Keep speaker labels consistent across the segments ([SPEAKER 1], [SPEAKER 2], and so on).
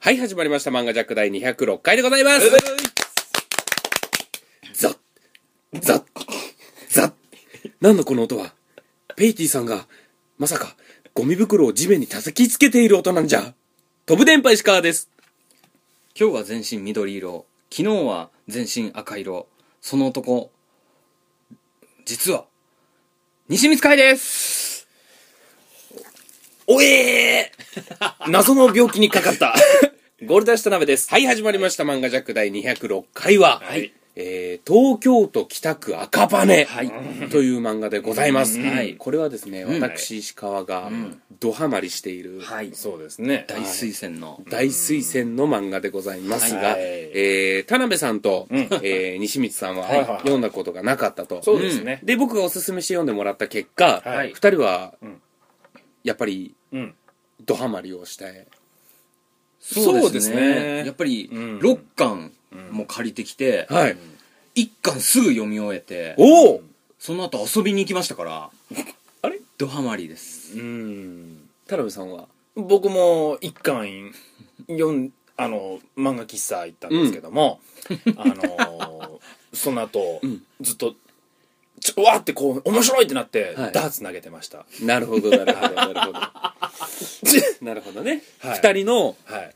[SPEAKER 1] はい、始まりました。漫画ジャック第206回でございます。ザッ、ザッ、ザッ。なんだこの音はペイティさんが、まさか、ゴミ袋を地面に叩きつけている音なんじゃ。飛ぶ電波石川です。
[SPEAKER 2] 今日は全身緑色昨日は全身赤色その男実は西光海です
[SPEAKER 1] おえー謎の病気にかかった。ゴールダッシュ田辺です。はい、始まりました。漫画ジャック第206回は、
[SPEAKER 2] はい
[SPEAKER 1] えー東京都北区赤羽、
[SPEAKER 2] はい
[SPEAKER 1] という漫画でございます。
[SPEAKER 2] うんはい
[SPEAKER 1] これはですね、私、石川がドハマりしている、
[SPEAKER 2] はい
[SPEAKER 3] そうですね。
[SPEAKER 2] 大推薦の
[SPEAKER 1] 大推薦の漫画でございますが、
[SPEAKER 3] はい
[SPEAKER 1] えー田辺さんと、えー西光さん
[SPEAKER 3] はいはいは
[SPEAKER 1] はい読んだことがなかったと。
[SPEAKER 3] そうですね。
[SPEAKER 1] で僕がおすすめして読んでもらった結果、二、
[SPEAKER 3] はい
[SPEAKER 1] 人は、
[SPEAKER 3] ん
[SPEAKER 1] やっぱり
[SPEAKER 3] うん。
[SPEAKER 1] ドハマりをして、
[SPEAKER 2] そうです
[SPEAKER 3] そう
[SPEAKER 2] ね
[SPEAKER 3] ですね
[SPEAKER 2] やっぱり
[SPEAKER 3] うん
[SPEAKER 2] 6巻も借りてきて、
[SPEAKER 1] はい。
[SPEAKER 2] 1巻すぐ読み終えて
[SPEAKER 1] おお
[SPEAKER 2] その後遊びに行きましたから
[SPEAKER 3] あれ
[SPEAKER 2] ドハマりです
[SPEAKER 3] うん。
[SPEAKER 1] 田辺さんは
[SPEAKER 3] 僕も一巻読ん、あの、漫画喫茶行ったんですけども、あの、その後、ずっと、ちょうわーってこう、面白いってなって、
[SPEAKER 1] はい
[SPEAKER 3] ダーツ投げてました。
[SPEAKER 1] なるほどなるほどなるほど なるほどね、
[SPEAKER 3] はい
[SPEAKER 1] 二人の
[SPEAKER 3] はい。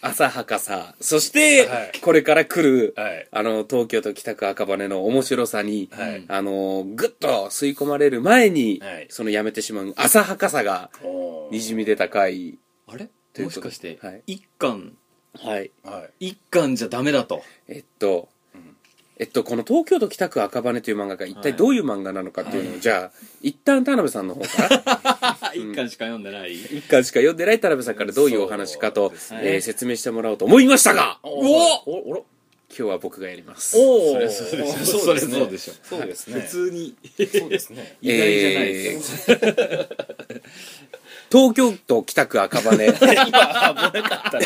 [SPEAKER 1] 浅はかさそして、
[SPEAKER 3] はい
[SPEAKER 1] これから来る、
[SPEAKER 3] はい
[SPEAKER 1] あの東京都北区赤羽の面白さに、
[SPEAKER 3] はい
[SPEAKER 1] あのグッと吸い込まれる前に、
[SPEAKER 3] はい
[SPEAKER 1] そのやめてしまう浅はかさが
[SPEAKER 3] お
[SPEAKER 1] に
[SPEAKER 3] ー
[SPEAKER 1] じみ出た回
[SPEAKER 2] あれ
[SPEAKER 1] という
[SPEAKER 2] も
[SPEAKER 1] こと
[SPEAKER 2] し
[SPEAKER 1] で
[SPEAKER 2] かして
[SPEAKER 1] はい
[SPEAKER 2] 1巻
[SPEAKER 1] はい
[SPEAKER 3] はい。
[SPEAKER 2] 1巻じゃダメだと
[SPEAKER 1] えっと、えっとこの東京都北区赤羽という漫画が一体どういう漫画なのかっていうのを、じゃあ一旦田辺さんの方から
[SPEAKER 2] 1巻しか読んでない
[SPEAKER 1] 一巻しか読んでない田辺さんからどういうお話か
[SPEAKER 3] そ
[SPEAKER 1] と、
[SPEAKER 3] うです
[SPEAKER 2] ね
[SPEAKER 1] えー説明してもらおうと思いましたが
[SPEAKER 3] お
[SPEAKER 1] お
[SPEAKER 3] おおろ
[SPEAKER 1] 今日は僕がやります、
[SPEAKER 3] お
[SPEAKER 2] そ
[SPEAKER 3] ー
[SPEAKER 2] りゃそうでしょ
[SPEAKER 3] そうです
[SPEAKER 2] そりゃそうで
[SPEAKER 3] ね。
[SPEAKER 2] しょ
[SPEAKER 3] そうですね。
[SPEAKER 2] 普通に
[SPEAKER 3] そうですね。
[SPEAKER 2] 意外じゃないです
[SPEAKER 1] 東京都北区赤羽
[SPEAKER 3] 危なか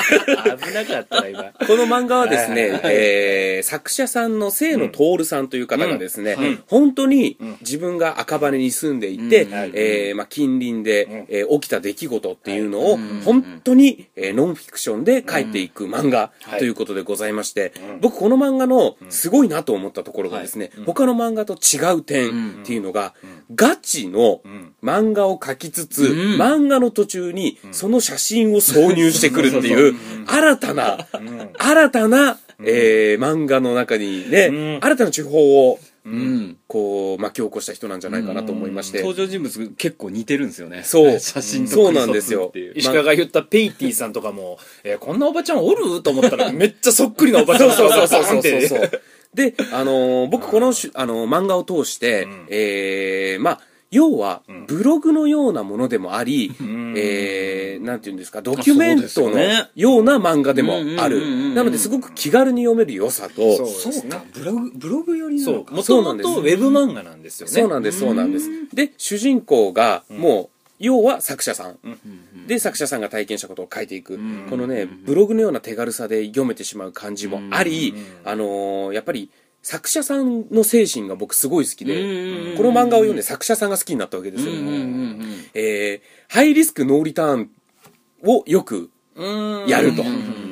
[SPEAKER 3] ったな、今。
[SPEAKER 1] この漫画はですね
[SPEAKER 3] は、
[SPEAKER 1] えー作者さんの清野徹さんという方がですね、
[SPEAKER 2] うんうん
[SPEAKER 1] 本当に
[SPEAKER 3] ん
[SPEAKER 1] 自分が赤羽に住んでいて、
[SPEAKER 2] うんはい
[SPEAKER 1] えーまあ、近隣で、
[SPEAKER 3] ん
[SPEAKER 1] えー起きた出来事っていうのを
[SPEAKER 2] はいうん
[SPEAKER 1] 本当に、えーノンフィクションで書いていく漫画
[SPEAKER 3] はい
[SPEAKER 1] ということでございまして、
[SPEAKER 3] うん
[SPEAKER 1] 僕この漫画のすごいなと思ったところがですね、他の漫画と違う点っていうのが、ガチの
[SPEAKER 3] ん
[SPEAKER 1] 漫画を描きつつ、
[SPEAKER 2] うん
[SPEAKER 1] 漫画の途中にその写真を挿入してくるっていう新たな
[SPEAKER 3] うん。
[SPEAKER 1] 新たな、えー漫画の中にね、
[SPEAKER 3] うん
[SPEAKER 1] 新たな手法を、
[SPEAKER 2] うん
[SPEAKER 1] こう、巻き起こした人なんじゃないかなと思いまして。
[SPEAKER 2] 登場人物結構似てるんですよね
[SPEAKER 1] そう
[SPEAKER 2] 写真と
[SPEAKER 1] そうなんですよ
[SPEAKER 2] クリソツっていう
[SPEAKER 3] 石川が言ったペイティさんとかも、えーこんなおばちゃんおると思った らめっちゃそっくりなおばちゃん
[SPEAKER 1] そうそうそう
[SPEAKER 3] バーン
[SPEAKER 1] そ
[SPEAKER 3] っ
[SPEAKER 1] うそ
[SPEAKER 3] て
[SPEAKER 1] うそう。で、あのー僕このし、あのー漫画を通して、
[SPEAKER 3] ん
[SPEAKER 1] えーまあ、要は、ブログのようなものでもあり、
[SPEAKER 3] ん
[SPEAKER 1] えー、なんて言うんですか、ドキュメント
[SPEAKER 2] そう
[SPEAKER 1] の
[SPEAKER 2] ですよね
[SPEAKER 1] ような漫画でもあ
[SPEAKER 2] うんうんうんうんう
[SPEAKER 1] る。
[SPEAKER 2] ん
[SPEAKER 1] なので、すごく気軽に読める良さと、
[SPEAKER 3] そう
[SPEAKER 2] そ
[SPEAKER 3] そうう
[SPEAKER 2] か
[SPEAKER 3] か
[SPEAKER 2] ブログブログ寄りな
[SPEAKER 3] そ
[SPEAKER 2] の
[SPEAKER 3] う
[SPEAKER 2] か
[SPEAKER 3] もともとウェブ漫画なんですよね
[SPEAKER 1] そうなんですそうなんですで主人公がもう要は作者さんで作者さんが体験したことを書いていくこのねブログのような手軽さで読めてしまう感じもありあのーやっぱり作者さんの精神が僕すごい好きでこの漫画を読んで作者さんが好きになったわけですよえーハイリスクノーリターンをよく
[SPEAKER 3] うん
[SPEAKER 1] やると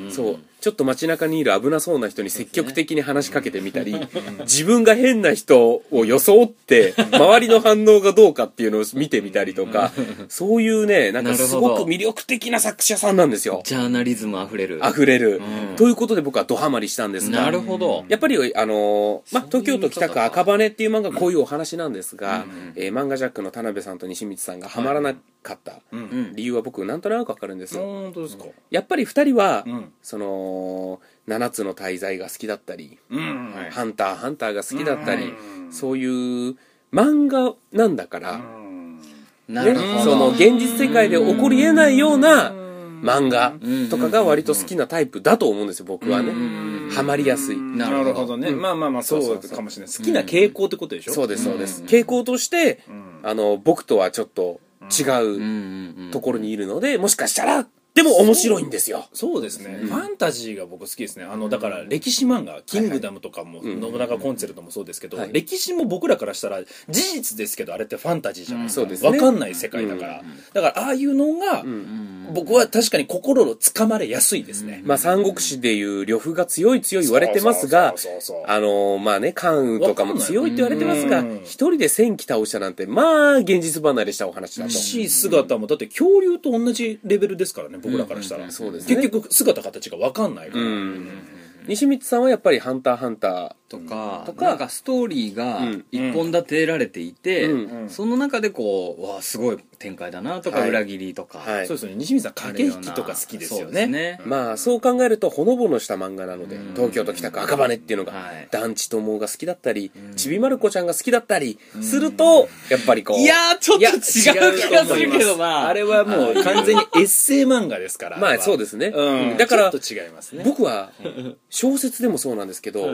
[SPEAKER 1] そうちょっと街中にいる危なそうな人に積極的に話しかけてみたり自分が変な人を装って周りの反応がどうかっていうのを見てみたりとかそういうねなんかす
[SPEAKER 2] な
[SPEAKER 1] ご
[SPEAKER 2] る
[SPEAKER 1] く
[SPEAKER 2] ほど
[SPEAKER 1] 魅力的な作者さんなんですよ
[SPEAKER 2] ジャーナリズムあふれる
[SPEAKER 1] 溢れる
[SPEAKER 2] うん
[SPEAKER 1] ということで僕はドハマりしたんです
[SPEAKER 2] な
[SPEAKER 1] が
[SPEAKER 2] るほど
[SPEAKER 1] やっぱり、あのーまあ、
[SPEAKER 2] そう
[SPEAKER 1] 東
[SPEAKER 2] い
[SPEAKER 1] 京
[SPEAKER 2] う見方
[SPEAKER 1] 都北区赤羽っていう漫画こういうお話なんですが、
[SPEAKER 2] うんうん
[SPEAKER 1] えー漫画ジャックの田辺さんと西光さんがハマらなかった
[SPEAKER 3] うん
[SPEAKER 1] 理由は僕なんとなくわかるんですよ
[SPEAKER 3] 本当ですか
[SPEAKER 1] やっぱり二人は、
[SPEAKER 3] うん
[SPEAKER 1] その7つの大罪が好きだったり
[SPEAKER 3] うん
[SPEAKER 1] 「ハンターハンター」が好きだったり、
[SPEAKER 3] うん
[SPEAKER 1] そういう漫画なんだから、
[SPEAKER 2] な
[SPEAKER 1] ね
[SPEAKER 2] るほ
[SPEAKER 1] その
[SPEAKER 2] ど
[SPEAKER 1] 現実世界で起こりえないような漫画とかが割と好きなタイプだと思うんですよ僕はねハマりやすい
[SPEAKER 2] な
[SPEAKER 3] な
[SPEAKER 2] る
[SPEAKER 3] る
[SPEAKER 2] ほ
[SPEAKER 3] ほ
[SPEAKER 2] ど
[SPEAKER 3] どねまあまあまあそうかもしれない好きな傾向ってことでしょ
[SPEAKER 1] そう
[SPEAKER 3] で
[SPEAKER 1] ですそうです傾向としてあの僕とはちょっと違う
[SPEAKER 2] うんうんうん
[SPEAKER 1] ところにいるのでもしかしたらでも面白いんですよ。
[SPEAKER 3] そうですね、ファンタジーが僕好きですねあのだから歴史漫画「キングダム」とかも「信長コンセルト」もそうですけど、
[SPEAKER 1] はい
[SPEAKER 3] 歴史も僕らからしたら事実ですけどあれってファンタジーじゃないですか、
[SPEAKER 1] うんそうですね
[SPEAKER 3] 分かんない世界だから、だからああいうのが、
[SPEAKER 2] うん
[SPEAKER 3] 僕は確かに心をつかまれやすいですね、
[SPEAKER 1] まあ、三国志でいう呂布が強い強い言われてますが、
[SPEAKER 3] そうそうそうそう
[SPEAKER 1] あのーまあね、関羽とかも強いって言われてますが
[SPEAKER 3] わかんない、
[SPEAKER 1] 一人で千機倒したなんて、まあ、現実離れしたお話だと。
[SPEAKER 3] し姿もだって恐竜と同じレベルですからね僕らからしたら、
[SPEAKER 2] うんうん
[SPEAKER 1] そうですね
[SPEAKER 3] 結局姿形が分かんないから、
[SPEAKER 1] うん。西光さんはやっぱりハンターハンタ
[SPEAKER 2] とか
[SPEAKER 1] とか
[SPEAKER 2] なんかストーリーが
[SPEAKER 1] うん
[SPEAKER 2] 一本立てられていて、
[SPEAKER 1] うん
[SPEAKER 2] その中でこうわあすごい展開だなとか、
[SPEAKER 1] はい
[SPEAKER 2] 裏切りとか、
[SPEAKER 1] ー。はい
[SPEAKER 3] そう。ですよね西水さん駆け引きとか好きですよね
[SPEAKER 1] まあ、そう考えると、ほのぼのした漫画なので、東京都北区赤羽っていうのが
[SPEAKER 2] はい、
[SPEAKER 1] 団地友が好きだったり、ちびまる子ちゃんが好きだったり、すると、やっぱりこう。
[SPEAKER 2] いやーちょっと
[SPEAKER 1] いや
[SPEAKER 2] 違う気がするけどな
[SPEAKER 3] あれはもう完全にエッセイ漫画ですから。
[SPEAKER 1] まあ、そう
[SPEAKER 3] で
[SPEAKER 1] ですね。
[SPEAKER 3] うん。
[SPEAKER 1] だから
[SPEAKER 3] ちょ、っと違いますね。
[SPEAKER 1] 僕は小説でもそうなんですけど、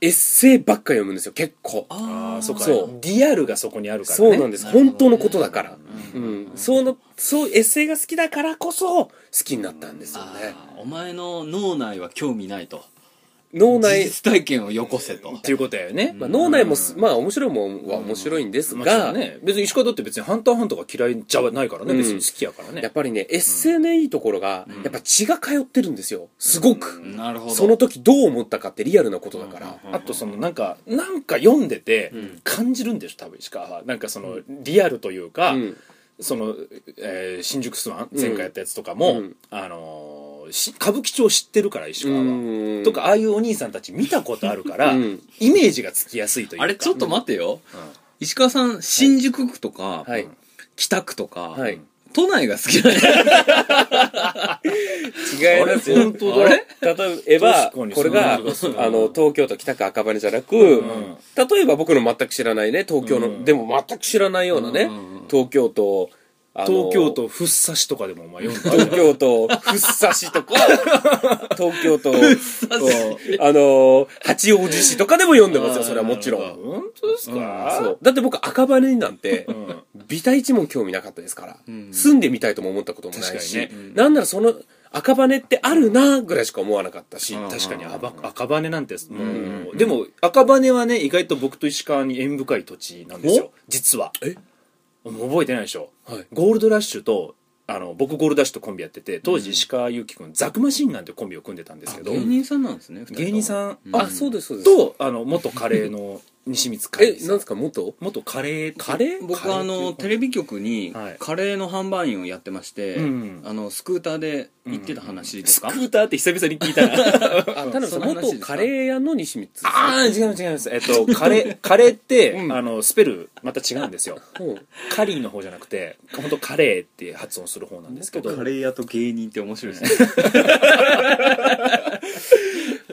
[SPEAKER 1] エッセイばっか読むんですよ結構
[SPEAKER 3] ああ、そうか。
[SPEAKER 1] そう
[SPEAKER 3] リアルがそこにあるからね。
[SPEAKER 1] そうなんです、本当のことだから、うん、そのそうエッセイが好きだからこそ好きになったんですよね
[SPEAKER 2] あーお前の脳内は興味ないと
[SPEAKER 1] 脳
[SPEAKER 2] 事
[SPEAKER 1] 内、
[SPEAKER 2] 実体験をよこせと
[SPEAKER 3] っていうことだよね。
[SPEAKER 1] まあ、脳内もす、まあ面白いもんは面白いんです
[SPEAKER 3] もちろ
[SPEAKER 1] が、
[SPEAKER 3] んね。別に石川だって別にハンターハンターが嫌いじゃないからね。
[SPEAKER 1] うん
[SPEAKER 3] 別に好きやから
[SPEAKER 1] やっ
[SPEAKER 3] ね。
[SPEAKER 1] ぱりねエッセイのいいところが、やっぱ血が通ってるんですよすごく、
[SPEAKER 2] なるほど
[SPEAKER 1] その時どう思ったかってリアルなことだから、
[SPEAKER 3] あとそのなんか、なんか読んでて感じるんでしょ、多分石川は。なんかそのリアルというか、
[SPEAKER 1] うん
[SPEAKER 3] その、えー新宿スワン前回やったやつとかも、
[SPEAKER 1] うん
[SPEAKER 3] あのーし歌舞伎町知ってるから石川は。
[SPEAKER 1] うん
[SPEAKER 3] とかああいうお兄さんたち見たことあるから、
[SPEAKER 1] うん
[SPEAKER 3] イメージがつきやすいというか
[SPEAKER 2] あれちょっと待ってよ、
[SPEAKER 3] ん
[SPEAKER 2] 石川さん新宿区とか、
[SPEAKER 1] はい
[SPEAKER 2] 北区とか、
[SPEAKER 1] はい
[SPEAKER 2] 都内が好きなんや
[SPEAKER 1] 違いますよ。
[SPEAKER 3] 本当だ
[SPEAKER 1] あれ例えば、
[SPEAKER 3] 確かに
[SPEAKER 1] これが、あ
[SPEAKER 3] そうな気がするな
[SPEAKER 1] の、東京都北区赤羽じゃなく、
[SPEAKER 3] ん
[SPEAKER 1] 例えば僕の全く知らないね、東京の、
[SPEAKER 3] うん
[SPEAKER 1] でも全く知らないようなね、東京都、あの
[SPEAKER 3] 東京、都福生市とかでもお前読んだ
[SPEAKER 1] 東京都、福生市 とか、東京都、あの八王子市とかでも読んでますよ、それはもちろ
[SPEAKER 3] あ
[SPEAKER 1] ん。
[SPEAKER 3] 本当ですか、
[SPEAKER 1] そう。だって僕赤羽になんて、
[SPEAKER 3] ん
[SPEAKER 1] ビタ一問興味なかったですから、住んでみたいとも思ったこともないし、
[SPEAKER 3] 確か
[SPEAKER 1] なんならその赤羽ってあるなぐらいしか思わなかったし、
[SPEAKER 3] 確かにあば赤羽なんてもう、でも赤羽はね意外と僕と石川に縁深い土地なんですよ実は
[SPEAKER 1] え
[SPEAKER 3] もう覚えてないでしょ、
[SPEAKER 1] はい
[SPEAKER 3] ゴールドラッシュとあの僕ゴールドラッシュとコンビやってて当時石川祐希君ザクマシンガンってコンビを組んでたんですけど
[SPEAKER 2] 芸人さんなんですね
[SPEAKER 3] 芸人
[SPEAKER 2] ん
[SPEAKER 3] さん
[SPEAKER 1] あそうですそうです
[SPEAKER 3] とあの元カレーの西光海
[SPEAKER 1] え
[SPEAKER 3] 里
[SPEAKER 1] な
[SPEAKER 3] さん
[SPEAKER 1] んですか元
[SPEAKER 3] 元カレー
[SPEAKER 1] カレー
[SPEAKER 2] 僕
[SPEAKER 3] カレー
[SPEAKER 2] あのテレビ局に
[SPEAKER 3] はい
[SPEAKER 2] カレーの販売員をやってまして、
[SPEAKER 3] うん
[SPEAKER 2] あのスクーターで行ってた話です
[SPEAKER 3] スク
[SPEAKER 2] か、
[SPEAKER 3] ーターって久々に聞いたら
[SPEAKER 1] あ田辺さん
[SPEAKER 2] そんな話
[SPEAKER 1] 元
[SPEAKER 2] ですか
[SPEAKER 1] カレー屋の西光
[SPEAKER 3] ああ違います違いますえっとカレーカレーって、
[SPEAKER 1] うん
[SPEAKER 3] あのスペルまた違うんですよ
[SPEAKER 1] うん
[SPEAKER 3] カリーの方じゃなくて本当カレーって発音する方なんですけど
[SPEAKER 2] レー屋と芸人って面白いですね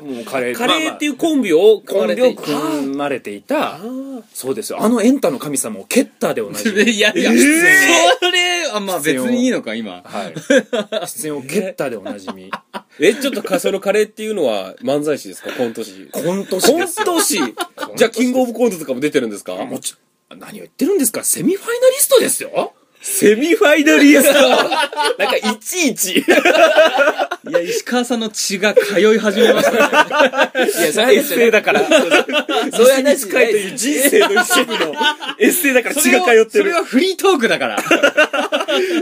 [SPEAKER 3] もうカレー
[SPEAKER 1] カレーっていううコンビを
[SPEAKER 3] コ
[SPEAKER 1] 組ま
[SPEAKER 3] ン
[SPEAKER 1] れ
[SPEAKER 3] ビ
[SPEAKER 1] て
[SPEAKER 3] を
[SPEAKER 1] いた
[SPEAKER 3] 組まれていた
[SPEAKER 1] あー
[SPEAKER 3] そうですよあのエンタの神様をケッターで同じ
[SPEAKER 2] いやいや、
[SPEAKER 3] えー
[SPEAKER 2] それあまあ別にいいのか今
[SPEAKER 3] はい出演をケッターでおなじみ
[SPEAKER 1] えちょっとかそのカレーっていうのは漫才師ですかコント師
[SPEAKER 3] コント師
[SPEAKER 1] コ
[SPEAKER 3] で
[SPEAKER 1] ン
[SPEAKER 3] すよ
[SPEAKER 1] ト師じゃあキングオブコントとかも出てるんですか
[SPEAKER 3] もち何を言ってるんですかセミファイナリストですよ
[SPEAKER 1] セミファイナリスト
[SPEAKER 3] なんかいちいちい
[SPEAKER 2] いや石川さんの血が通い始めましたね
[SPEAKER 3] やそれは一斉だから
[SPEAKER 1] そういう話かいという人生の一部 のエッセイだから血が通って
[SPEAKER 2] それ
[SPEAKER 1] る
[SPEAKER 2] はフリートークだから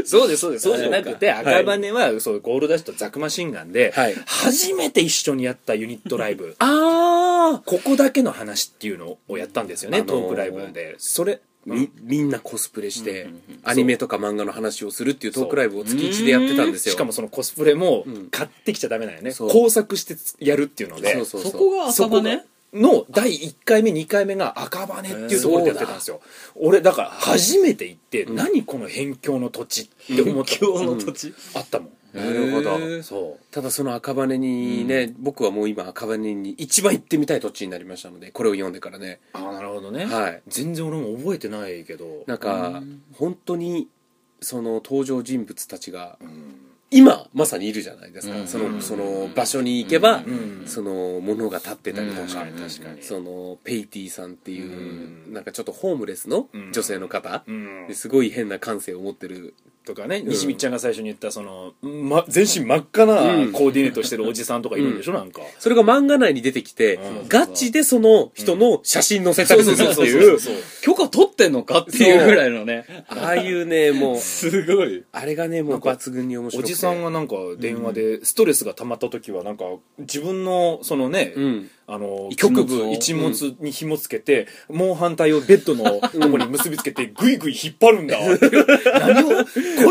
[SPEAKER 3] そうですそうですそうじゃなくて
[SPEAKER 1] そうか
[SPEAKER 3] 赤羽はそうゴールダッシュとザクマシンガンで
[SPEAKER 1] はい
[SPEAKER 3] 初めて一緒にやったユニットライブ
[SPEAKER 1] ああ
[SPEAKER 3] ここだけの話っていうのをやったんですよね、
[SPEAKER 1] あのー
[SPEAKER 3] トークライブでそれ
[SPEAKER 1] みみんなコスプレしてアニメとか漫画の話をするっていうトークライブを月1でやってたんですよ
[SPEAKER 3] しかもそのコスプレも買ってきちゃダメだよね、
[SPEAKER 1] そう
[SPEAKER 3] 工作してやるっていうので
[SPEAKER 1] そうそうそう
[SPEAKER 2] そこが
[SPEAKER 3] そ
[SPEAKER 2] 赤
[SPEAKER 3] こ
[SPEAKER 2] 羽
[SPEAKER 3] がの第1回目2回目が赤羽っていうところでやってたんですよ俺だから初めて行って、何この辺境の土地って思った
[SPEAKER 2] 今日の土地、
[SPEAKER 3] あったもん
[SPEAKER 1] なるほど
[SPEAKER 2] へー
[SPEAKER 3] そう
[SPEAKER 1] ただその赤羽にね、僕はもう今赤羽に一番行ってみたい土地になりましたのでこれを読んでからね
[SPEAKER 3] ああなるほどね、
[SPEAKER 1] はい
[SPEAKER 3] 全然俺も覚えてないけど
[SPEAKER 1] なんか本当にその登場人物たちが
[SPEAKER 3] うん
[SPEAKER 1] 今まさにいるじゃないですか、
[SPEAKER 2] うん
[SPEAKER 1] そうの
[SPEAKER 3] ん
[SPEAKER 1] その場所に行け
[SPEAKER 3] う
[SPEAKER 1] ば、
[SPEAKER 3] ん
[SPEAKER 1] そのものが立ってたりと
[SPEAKER 2] うん
[SPEAKER 1] か、
[SPEAKER 3] 確かに確かに
[SPEAKER 1] そのペイティさんっていう、
[SPEAKER 3] うん
[SPEAKER 1] なんかちょっとホームレスの
[SPEAKER 3] うん
[SPEAKER 1] 女性の方、
[SPEAKER 3] うん
[SPEAKER 1] ですごい変な感性を持ってる
[SPEAKER 3] とかね西光ちゃんが最初に言ったその、ま、全身真っ赤なコ
[SPEAKER 1] うん
[SPEAKER 3] ーディネートしてるおじさんとかいるんでしょ、なんか
[SPEAKER 1] それが漫画内に出てきて
[SPEAKER 3] う、ん
[SPEAKER 1] ガチでその人の写真載せたりするっていう、
[SPEAKER 3] そう
[SPEAKER 2] 許可取ってんのかっていうぐらいのね。
[SPEAKER 1] ああいうね、もう、
[SPEAKER 2] すごい。
[SPEAKER 1] あれがね、もう抜群に面白
[SPEAKER 3] お
[SPEAKER 1] くて。
[SPEAKER 3] じさんがなんか電話でストレスが溜まった時はなんか自分のそのね、
[SPEAKER 1] うん。
[SPEAKER 3] あの
[SPEAKER 1] 局
[SPEAKER 3] 局
[SPEAKER 1] 部を
[SPEAKER 3] 部一物に紐つけて、もう反対をベッドのとこに結びつけてグイグイ引っ張るんだ何をこ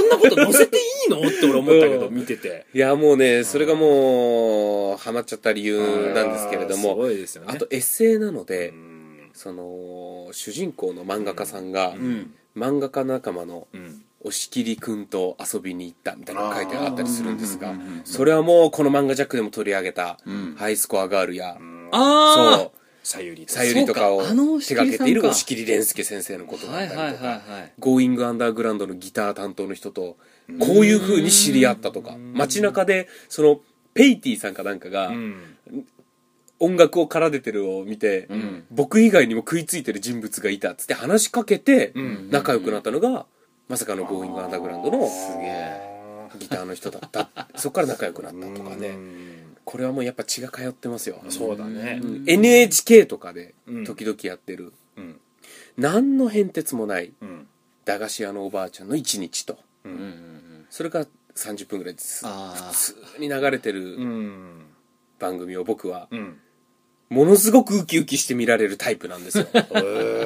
[SPEAKER 3] んなこと乗せていいのって俺思ったけど
[SPEAKER 1] う
[SPEAKER 3] 見てて
[SPEAKER 1] いや、もうね、それがもう、ハマっちゃった理由なんですけれど
[SPEAKER 3] あーす
[SPEAKER 1] も、
[SPEAKER 3] ごいですよね
[SPEAKER 1] あとエッセイなので
[SPEAKER 3] う、ん
[SPEAKER 1] その、主人公の漫画家さんが、
[SPEAKER 2] うん。
[SPEAKER 1] 漫画家仲間の
[SPEAKER 3] うん
[SPEAKER 1] 押切くんと遊びに行ったみたいなのが書いてあったりするんです
[SPEAKER 2] あ
[SPEAKER 1] が
[SPEAKER 2] ーうんうんうん、
[SPEAKER 1] それはもうこの漫画ジャックでも取り上げた
[SPEAKER 2] ん、
[SPEAKER 1] ハイスコアガールや、そ
[SPEAKER 2] ああ
[SPEAKER 1] う、
[SPEAKER 3] さゆりです
[SPEAKER 1] さゆりとかを
[SPEAKER 2] そうかあの押切
[SPEAKER 1] 手掛けている
[SPEAKER 2] さんか
[SPEAKER 1] 押切蓮介先生のことだ
[SPEAKER 2] は
[SPEAKER 1] っ
[SPEAKER 2] い
[SPEAKER 1] た
[SPEAKER 2] はいは
[SPEAKER 1] り
[SPEAKER 2] い
[SPEAKER 1] とか、
[SPEAKER 2] はい。
[SPEAKER 1] ゴーイングアンダーグラウンドのギター担当の人と、こういう風に知り合ったとか、街中で、その、ペイティさんかなんかが
[SPEAKER 3] う、ん
[SPEAKER 1] 音楽を奏でてるを見て、
[SPEAKER 2] ん
[SPEAKER 1] 僕以外にも食いついてる人物がいたっつって話しかけて
[SPEAKER 3] ん
[SPEAKER 1] 仲良くなったのがまさかのゴーイングアンダーグラウンドの
[SPEAKER 2] すげえ。
[SPEAKER 1] ギターの人だったそっから仲良くなったと
[SPEAKER 3] う
[SPEAKER 1] かね
[SPEAKER 3] ん
[SPEAKER 1] これはもうやっぱ血が通ってますよ
[SPEAKER 3] そうだね
[SPEAKER 1] うん NHK とかで
[SPEAKER 3] うん
[SPEAKER 1] 時々やってる、
[SPEAKER 3] うん
[SPEAKER 1] 何の変哲もない
[SPEAKER 3] うん
[SPEAKER 1] 駄菓子屋のおばあちゃんの一日と
[SPEAKER 3] う
[SPEAKER 2] うんうんん。
[SPEAKER 1] それから30分ぐらいです
[SPEAKER 2] ああ。
[SPEAKER 1] 普通に流れて
[SPEAKER 3] う
[SPEAKER 1] る
[SPEAKER 3] ん
[SPEAKER 1] 番組を僕は
[SPEAKER 3] うん
[SPEAKER 1] ものすごくウキウキして見られるタイプなんで すよ
[SPEAKER 3] へ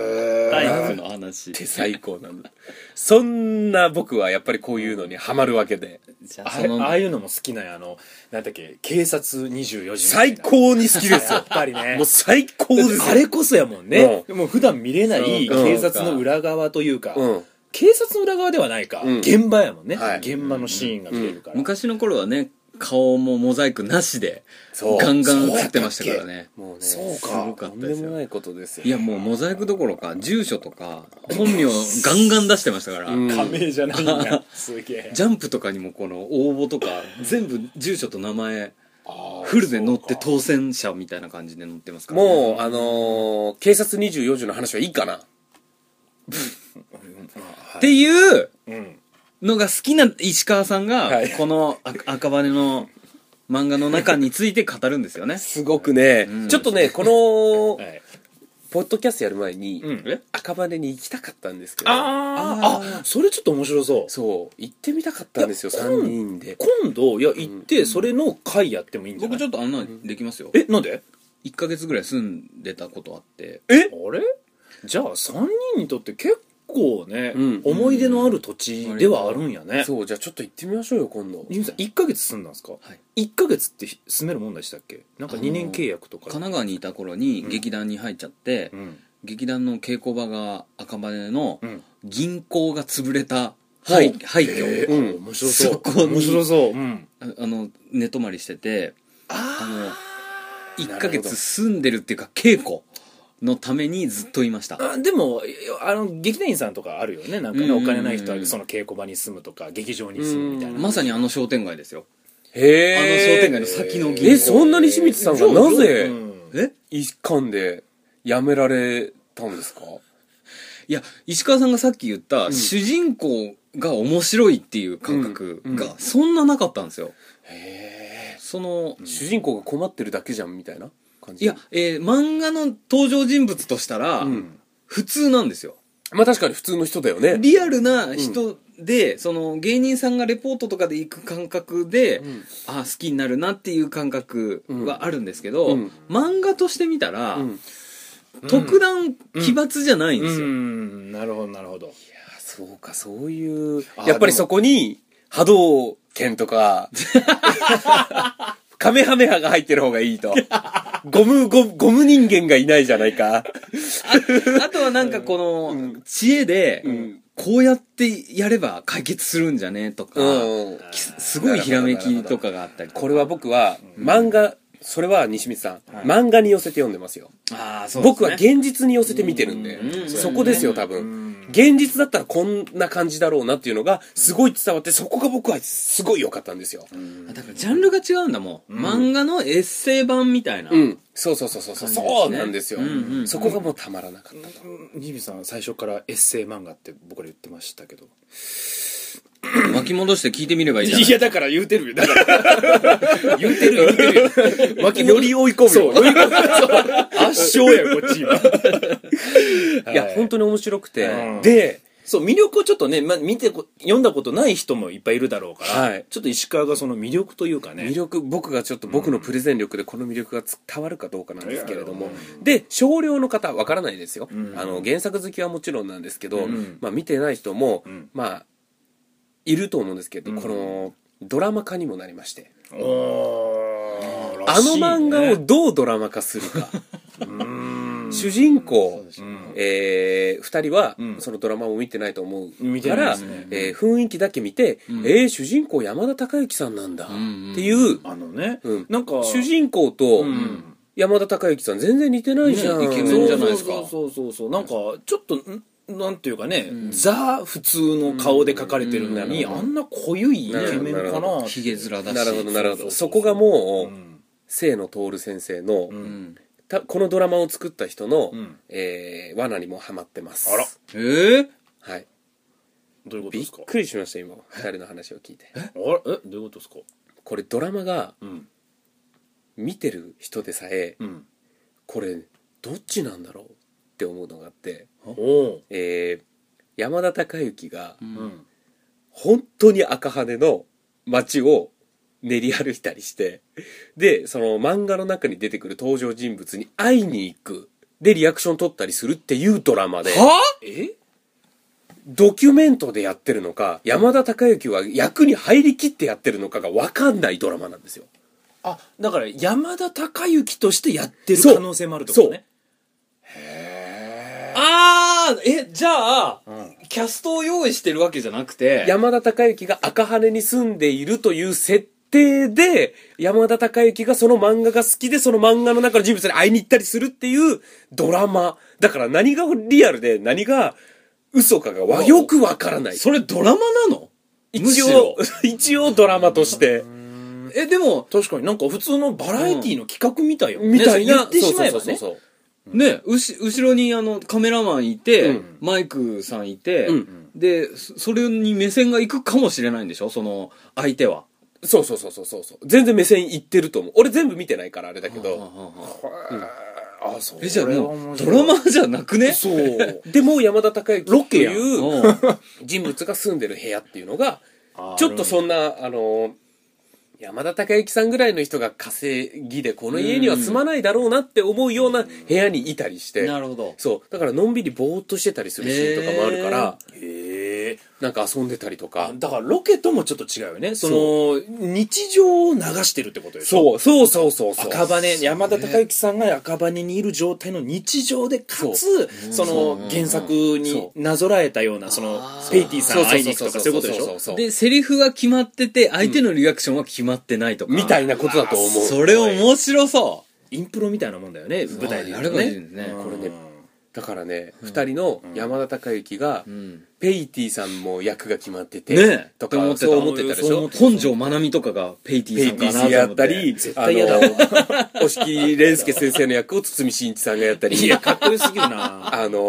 [SPEAKER 3] ー
[SPEAKER 2] タイプの話。
[SPEAKER 1] って最高なんだそんな僕はやっぱりこういうのにハマるわけで
[SPEAKER 2] じゃあ
[SPEAKER 3] あ
[SPEAKER 2] そ
[SPEAKER 3] れあ
[SPEAKER 2] の
[SPEAKER 3] あ、いうのも好きなんやあのなんだっけ警察24時みたい
[SPEAKER 1] 最
[SPEAKER 3] な
[SPEAKER 1] 高に好きで す
[SPEAKER 3] や
[SPEAKER 1] よ
[SPEAKER 3] っぱりね
[SPEAKER 1] もう最高です
[SPEAKER 3] あれこそやもんね、もう普段見れない
[SPEAKER 1] そうか
[SPEAKER 3] 警察の裏側というか、
[SPEAKER 1] うん
[SPEAKER 3] 警察の裏側ではないか、
[SPEAKER 1] うん
[SPEAKER 3] 現場やもんね、
[SPEAKER 1] はい
[SPEAKER 3] 現場のシーンが見れるから、
[SPEAKER 2] 昔の頃はね、顔もモザイクなしで、
[SPEAKER 1] そう
[SPEAKER 2] ガンガン映ってましたからね。
[SPEAKER 1] もうね
[SPEAKER 3] そう
[SPEAKER 2] すご
[SPEAKER 3] か
[SPEAKER 2] か
[SPEAKER 1] と
[SPEAKER 2] っ
[SPEAKER 1] ん
[SPEAKER 2] た
[SPEAKER 1] で
[SPEAKER 2] ですよ
[SPEAKER 1] も。ないことですよ
[SPEAKER 2] いやもうモザイクどころか住所とか本名ガンガン出してましたから、
[SPEAKER 1] うん
[SPEAKER 3] 仮名じゃないんだすげえ
[SPEAKER 2] ジャンプとかにもこの応募とか全部住所と名前フルで載って当選者みたいな感じで載ってますから、ね、
[SPEAKER 1] もうあのー警察24時の話はいいかな、
[SPEAKER 2] っていう
[SPEAKER 3] うん
[SPEAKER 2] のが好きな石川さんが
[SPEAKER 3] はい
[SPEAKER 2] このあ赤羽の漫画の中について語るんで すよね
[SPEAKER 1] すごくね、
[SPEAKER 2] うん
[SPEAKER 1] ちょっとねこ
[SPEAKER 3] は
[SPEAKER 1] の
[SPEAKER 3] い、
[SPEAKER 1] ポッドキャストやる前に、
[SPEAKER 3] うん
[SPEAKER 2] え
[SPEAKER 1] 赤羽に行きたかったんですけど
[SPEAKER 3] あーあそれちょっと面白そう
[SPEAKER 1] そう行ってみたかったんですよ
[SPEAKER 3] いや
[SPEAKER 1] 3人で
[SPEAKER 3] 今度いや行ってそれの回やってもいいんじゃな
[SPEAKER 2] 僕
[SPEAKER 3] い、
[SPEAKER 2] ちょっとあんなできますよ
[SPEAKER 3] えなんで
[SPEAKER 2] 1ヶ月ぐらい住んでたことあって
[SPEAKER 3] えあれじゃあ3人にとって結構ね、
[SPEAKER 1] うん
[SPEAKER 3] 思い出のある土地ではあるんやね、
[SPEAKER 1] そうじゃあちょっと行ってみましょうよ今度
[SPEAKER 3] ゆみさん1ヶ月住んだんですか、
[SPEAKER 2] はい
[SPEAKER 3] 1ヶ月って住めるもんでしたっけなんか
[SPEAKER 2] あの
[SPEAKER 3] 2年契約とか
[SPEAKER 2] 神奈川にいた頃に劇団に入っちゃって、
[SPEAKER 3] うん
[SPEAKER 2] 劇団の稽古場が赤羽の
[SPEAKER 3] うん
[SPEAKER 2] 銀行が潰れた
[SPEAKER 1] は
[SPEAKER 2] 廃
[SPEAKER 1] い
[SPEAKER 2] 廃墟、
[SPEAKER 3] えー
[SPEAKER 1] うん
[SPEAKER 3] 面白そう
[SPEAKER 2] そこに
[SPEAKER 3] 面白そううん
[SPEAKER 2] ああの寝泊まりしててあの1ヶ
[SPEAKER 1] なるほど
[SPEAKER 2] 月住んでるっていうか稽古のためにずっといました
[SPEAKER 3] あでもいやあの劇団員さんとかあるよねなんかね
[SPEAKER 2] うん
[SPEAKER 3] お金ない人はその稽古場に住むとか劇場に住むみたいな
[SPEAKER 2] まさにあの商店街ですよ
[SPEAKER 1] へ
[SPEAKER 2] あの商
[SPEAKER 1] え
[SPEAKER 2] 店街の先の銀行
[SPEAKER 1] えそんな西光さんがなぜ
[SPEAKER 3] うん
[SPEAKER 2] え
[SPEAKER 1] 一巻で辞められたんですか
[SPEAKER 2] いや石川さんがさっき言った、主人公が面白いっていう感覚
[SPEAKER 1] うんう
[SPEAKER 2] がそんななかったんですよ
[SPEAKER 1] へえ
[SPEAKER 2] その、
[SPEAKER 1] 主人公が困ってるだけじゃんみたいな感じ
[SPEAKER 2] いや、えー漫画の登場人物としたら、
[SPEAKER 1] ん
[SPEAKER 2] 普通なんですよ
[SPEAKER 1] まあ確かに普通の人だよね
[SPEAKER 2] リアルな人で、その芸人さんがレポートとかで行く感覚で、
[SPEAKER 1] うん
[SPEAKER 2] あ好きになるなっていう感覚はあるんですけど、
[SPEAKER 1] うん
[SPEAKER 2] 漫画として見たら、
[SPEAKER 1] うん
[SPEAKER 2] 特段奇抜じゃないん
[SPEAKER 3] う
[SPEAKER 2] ですよ、
[SPEAKER 3] んなるほどなるほど
[SPEAKER 1] あそうかそういう
[SPEAKER 3] あ
[SPEAKER 1] やっぱりそこに波動拳と かカメハメハが入ってる方がいいとゴムゴムゴム人間がいないじゃないか
[SPEAKER 2] あとはなんかこの、知恵で、
[SPEAKER 1] ん
[SPEAKER 2] こうやってやれば解決するんじゃねとか、
[SPEAKER 1] うん
[SPEAKER 2] きすごいひらめきとかがあったり
[SPEAKER 1] これは僕は漫画それは西光さん漫画に寄せて読んでますよ
[SPEAKER 2] あーそうです
[SPEAKER 1] 僕
[SPEAKER 2] ね
[SPEAKER 1] は現実に寄せて見てるんで、
[SPEAKER 2] うん
[SPEAKER 1] そこですよ、多
[SPEAKER 3] う
[SPEAKER 1] 分
[SPEAKER 3] ん。
[SPEAKER 1] 現実だったらこんな感じだろうなっていうのが、すごい伝わって、そこが僕はすごい良かったんですよ。
[SPEAKER 2] あだからジャンルが違うんだもん、漫画のエッセイ版みたいな、
[SPEAKER 1] うん。そうそうそうそうそう。
[SPEAKER 2] 感
[SPEAKER 1] そ
[SPEAKER 2] じですね
[SPEAKER 1] うなんですよ
[SPEAKER 2] うんうんう。ん
[SPEAKER 1] そこがもうたまらなかったと。
[SPEAKER 3] ニビさん最初からエッセイ漫画って僕ら言ってましたけど
[SPEAKER 2] き戻して聞いてみればいいじゃない
[SPEAKER 3] いや、だから言うてるよ。だ から、
[SPEAKER 2] 言ってる 言ってるよ
[SPEAKER 1] 巻きより追い込む
[SPEAKER 3] そう、よりこそう圧勝や、こっち今。
[SPEAKER 1] いや、本当に面白くて。
[SPEAKER 3] うん
[SPEAKER 1] で、
[SPEAKER 3] そう、魅力をちょっとね、まあ、見てこ、読んだことない人もいっぱいいるだろうから、
[SPEAKER 1] はい
[SPEAKER 3] ちょっと石川がその魅力というかね。
[SPEAKER 1] 魅力、僕がちょっと僕のプレゼン力でこの魅力が伝わるかどうかなんですけれども。で、少量の方、わからないですよ。あの、原作好きはもちろんなんですけど、
[SPEAKER 3] ん
[SPEAKER 1] まあ見てない人も、
[SPEAKER 3] ん
[SPEAKER 1] まあ、いると思うんですけど、
[SPEAKER 3] ん
[SPEAKER 1] この、ドラマ化にもなりまして。
[SPEAKER 3] おーら
[SPEAKER 1] あの
[SPEAKER 3] しいね
[SPEAKER 1] 漫画をどうドラマ化する か。主人公、えー二人は、
[SPEAKER 3] ん
[SPEAKER 1] そのドラマを見てないと思う
[SPEAKER 3] 見て
[SPEAKER 1] か
[SPEAKER 3] ない
[SPEAKER 1] ら、
[SPEAKER 3] ですね
[SPEAKER 1] えー雰囲気だけ見て、えー主人公山田孝之さんなんだ、
[SPEAKER 2] ん
[SPEAKER 1] っていう、
[SPEAKER 3] あのね、
[SPEAKER 1] うん
[SPEAKER 3] なんか、
[SPEAKER 1] 主人公と
[SPEAKER 3] ん
[SPEAKER 1] 山田孝之さん全然似てないじゃん、
[SPEAKER 2] ねイケメ
[SPEAKER 1] そ
[SPEAKER 2] ン
[SPEAKER 1] う
[SPEAKER 2] じゃないですか
[SPEAKER 3] そうそうそうそうそうなんかちょっとんなんていうかね、ザ普通の顔で描かれてるのに、
[SPEAKER 1] うん
[SPEAKER 3] あんな濃ゆいイケメン
[SPEAKER 1] なる
[SPEAKER 3] か
[SPEAKER 1] ほ
[SPEAKER 3] な
[SPEAKER 1] ど
[SPEAKER 2] ヒゲ面だし
[SPEAKER 1] なるほどなる
[SPEAKER 3] そうそう
[SPEAKER 1] ほ
[SPEAKER 3] そ
[SPEAKER 1] ど
[SPEAKER 3] う
[SPEAKER 1] そこがもう、
[SPEAKER 3] うん
[SPEAKER 1] 清野徹先生の、
[SPEAKER 3] う
[SPEAKER 2] うんん
[SPEAKER 1] たこのドラマを作った人の、
[SPEAKER 3] うん
[SPEAKER 1] えー罠にもハマってます
[SPEAKER 3] あら
[SPEAKER 2] えー、
[SPEAKER 1] はい、
[SPEAKER 3] どういうこと
[SPEAKER 1] び
[SPEAKER 3] で
[SPEAKER 1] っ
[SPEAKER 3] すか
[SPEAKER 1] くりしました今二人の話を聞いて
[SPEAKER 3] あらえどういうことですか
[SPEAKER 1] これドラマが
[SPEAKER 3] うん
[SPEAKER 1] 見てる人でさえ、
[SPEAKER 3] うん
[SPEAKER 1] これどっちなんだろうって思うのがあって、
[SPEAKER 3] おお
[SPEAKER 1] えー山田孝之が
[SPEAKER 3] ーうん
[SPEAKER 1] 本当に赤羽の街を練り歩いたりしてでその漫画の中に出てくる登場人物に会いに行くでリアクション取ったりするっていうドラマで
[SPEAKER 2] は
[SPEAKER 3] え
[SPEAKER 1] ドキュメントでやってるのか山田孝之は役に入りきってやってるのかが分かんないドラマなんですよ
[SPEAKER 3] あだから山田孝之としてやってる
[SPEAKER 1] そう
[SPEAKER 3] 可能性もあるってことね
[SPEAKER 2] あーえじゃあ、
[SPEAKER 3] ん
[SPEAKER 2] キャストを用意してるわけじゃなくて
[SPEAKER 1] 山田孝之が赤羽に住んでいるという設定で、山田孝之がその漫画が好きで、その漫画の中の人物に会いに行ったりするっていうドラマ。だから何がリアルで何が嘘かがわよくわからない。
[SPEAKER 2] それドラマなのむ
[SPEAKER 1] 一
[SPEAKER 2] し
[SPEAKER 1] 応
[SPEAKER 2] ろ、
[SPEAKER 1] 一応ドラマとして。
[SPEAKER 2] えでも
[SPEAKER 3] 確かになんか普通のバラエティの企画みたいよね、
[SPEAKER 1] みたい
[SPEAKER 3] ね
[SPEAKER 1] な。
[SPEAKER 3] 言ってしまえばね
[SPEAKER 1] そうそうそうそう
[SPEAKER 2] ねうし後ろにあのカメラマンいて、
[SPEAKER 1] うん
[SPEAKER 2] マイクさんいて、
[SPEAKER 1] うん
[SPEAKER 2] でそそれに目線が行くかもしれないんでしょその相手は
[SPEAKER 1] そうそうそうそうそうそう。全然目線いってると思う。俺全部見てないからあれだけ
[SPEAKER 2] は
[SPEAKER 1] ど。
[SPEAKER 2] あはあはあ
[SPEAKER 3] あそう
[SPEAKER 2] えじゃあもうドラマじゃなくね
[SPEAKER 1] そう。でも山田孝之と
[SPEAKER 3] やん
[SPEAKER 1] いう
[SPEAKER 2] うん
[SPEAKER 1] 人物が住んでる部屋っていうのが、
[SPEAKER 3] マ
[SPEAKER 1] ちょっとそんな、あの、山田孝之さんぐらいの人が稼ぎで、この家には住まないだろうなって思うような部屋にいたりして、
[SPEAKER 2] なるほど
[SPEAKER 1] そう、だからのんびりぼーっとしてたりするシーンとかもあるから、
[SPEAKER 3] へえ
[SPEAKER 1] なんか遊んでたりとか。
[SPEAKER 3] だからロケともちょっと違うよねその日常を流してるってことでしょ
[SPEAKER 1] そう、そうそうそうそう。
[SPEAKER 3] 赤羽山田孝之さんが赤羽にいる状態の日常でかつその原作になぞらえたようなその
[SPEAKER 2] あー
[SPEAKER 3] ペイティさ
[SPEAKER 1] そ
[SPEAKER 3] ん
[SPEAKER 1] うそ
[SPEAKER 3] 会
[SPEAKER 1] う
[SPEAKER 3] い
[SPEAKER 1] そ
[SPEAKER 3] に
[SPEAKER 1] う
[SPEAKER 3] 行くとか
[SPEAKER 1] そう
[SPEAKER 3] そういうことでし
[SPEAKER 1] そう
[SPEAKER 3] ょ
[SPEAKER 1] そう
[SPEAKER 2] でセリフが決まってて相手のリアクションは決まってないとか、
[SPEAKER 1] みたいなことだと思う。
[SPEAKER 2] それ面白そ
[SPEAKER 3] インプロみたいなもんだよね舞台で
[SPEAKER 2] や
[SPEAKER 3] や
[SPEAKER 2] れ
[SPEAKER 3] る
[SPEAKER 2] ば
[SPEAKER 3] ね
[SPEAKER 2] いいですね
[SPEAKER 3] うん
[SPEAKER 1] これねだからね、二人の山田孝之が、
[SPEAKER 2] う、うん、
[SPEAKER 1] ペイティさんも役が決まってて、
[SPEAKER 2] ねえ
[SPEAKER 1] と
[SPEAKER 2] って
[SPEAKER 1] か、
[SPEAKER 2] 思ってた
[SPEAKER 1] そう思ってたでし
[SPEAKER 3] そう
[SPEAKER 1] ょ
[SPEAKER 3] 思っ
[SPEAKER 2] 本庄まなみとかがペイティ
[SPEAKER 1] ペイ
[SPEAKER 2] さ
[SPEAKER 1] ティさん
[SPEAKER 2] んかなと思って
[SPEAKER 1] やったり、絶
[SPEAKER 3] 対嫌だ
[SPEAKER 1] 押木蓮介先生の役を堤真一さんがやった り、
[SPEAKER 3] いやかっこよすぎる な
[SPEAKER 1] あの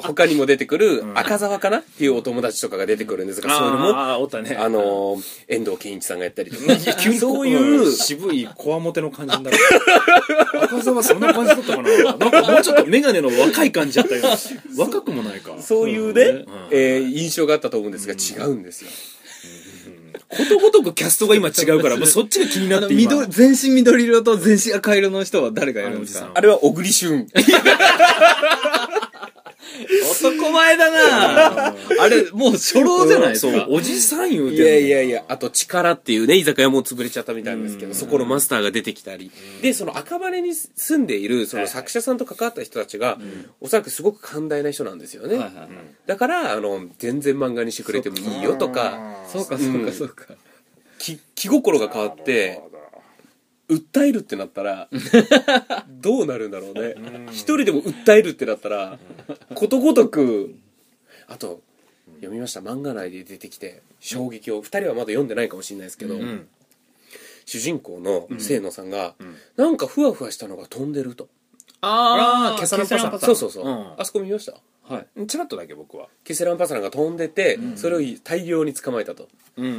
[SPEAKER 1] ー他にも出てくる赤沢かなっていうお友達とかが出てくるんですが、そういうのも、あ
[SPEAKER 3] あーおったね
[SPEAKER 1] のー遠藤健一さんがやったりとか、
[SPEAKER 3] 急に
[SPEAKER 1] そ
[SPEAKER 3] そうう
[SPEAKER 1] い
[SPEAKER 3] いうう渋いこわもての感じになる 赤澤そんな感じだったかななんかもうちょっと眼鏡の若い感じだったよ 若くもないか
[SPEAKER 1] そういうね
[SPEAKER 3] うん、
[SPEAKER 1] えー印象があったと思うんですが、違うんですよ。
[SPEAKER 3] ことごとくキャストが今違うからもうそっちが気にな
[SPEAKER 2] あ
[SPEAKER 3] っ
[SPEAKER 2] の
[SPEAKER 3] て今
[SPEAKER 2] 緑全身緑色と全身赤色の人は誰がやるんです
[SPEAKER 3] あ
[SPEAKER 2] か
[SPEAKER 1] あれは小栗旬。
[SPEAKER 2] 男前だなあれもう初老じゃないです
[SPEAKER 3] そう
[SPEAKER 2] か
[SPEAKER 3] おじさん言うて
[SPEAKER 1] い
[SPEAKER 3] んの
[SPEAKER 1] やいやいや、あと、力っていうね、居酒屋もう潰れちゃったみたいなんですけど、そこのマスターが出てきたり。で、その赤羽に住んでいる、その作者さんと関わった人たちが、おそらくすごく寛大な人なんですよね。
[SPEAKER 2] はいはい
[SPEAKER 1] だから、あの、全然漫画にしてくれてもいいよとか、
[SPEAKER 2] そうかそうかそうか、
[SPEAKER 1] き気心が変わって、訴えるってなったら、どうなるんだろうね。一人でも訴えるってなったら、ことごとく、あと、読みました漫画内で出てきて衝撃を、二人はまだ読んでないかもしれないですけど、
[SPEAKER 3] うん
[SPEAKER 1] 主人公の清野さんが、なんかふわふわしたのが飛んでると、
[SPEAKER 3] あ
[SPEAKER 2] あー
[SPEAKER 3] あキャサランパ
[SPEAKER 2] キャサランパ
[SPEAKER 3] さ
[SPEAKER 2] タ
[SPEAKER 3] ん
[SPEAKER 2] ーン
[SPEAKER 1] そうそうそう、
[SPEAKER 3] うん
[SPEAKER 1] あそこ見ました
[SPEAKER 2] はい
[SPEAKER 3] チラッとだけ僕は
[SPEAKER 1] ケセランパサランが飛んでて、それを大量に捕まえたと、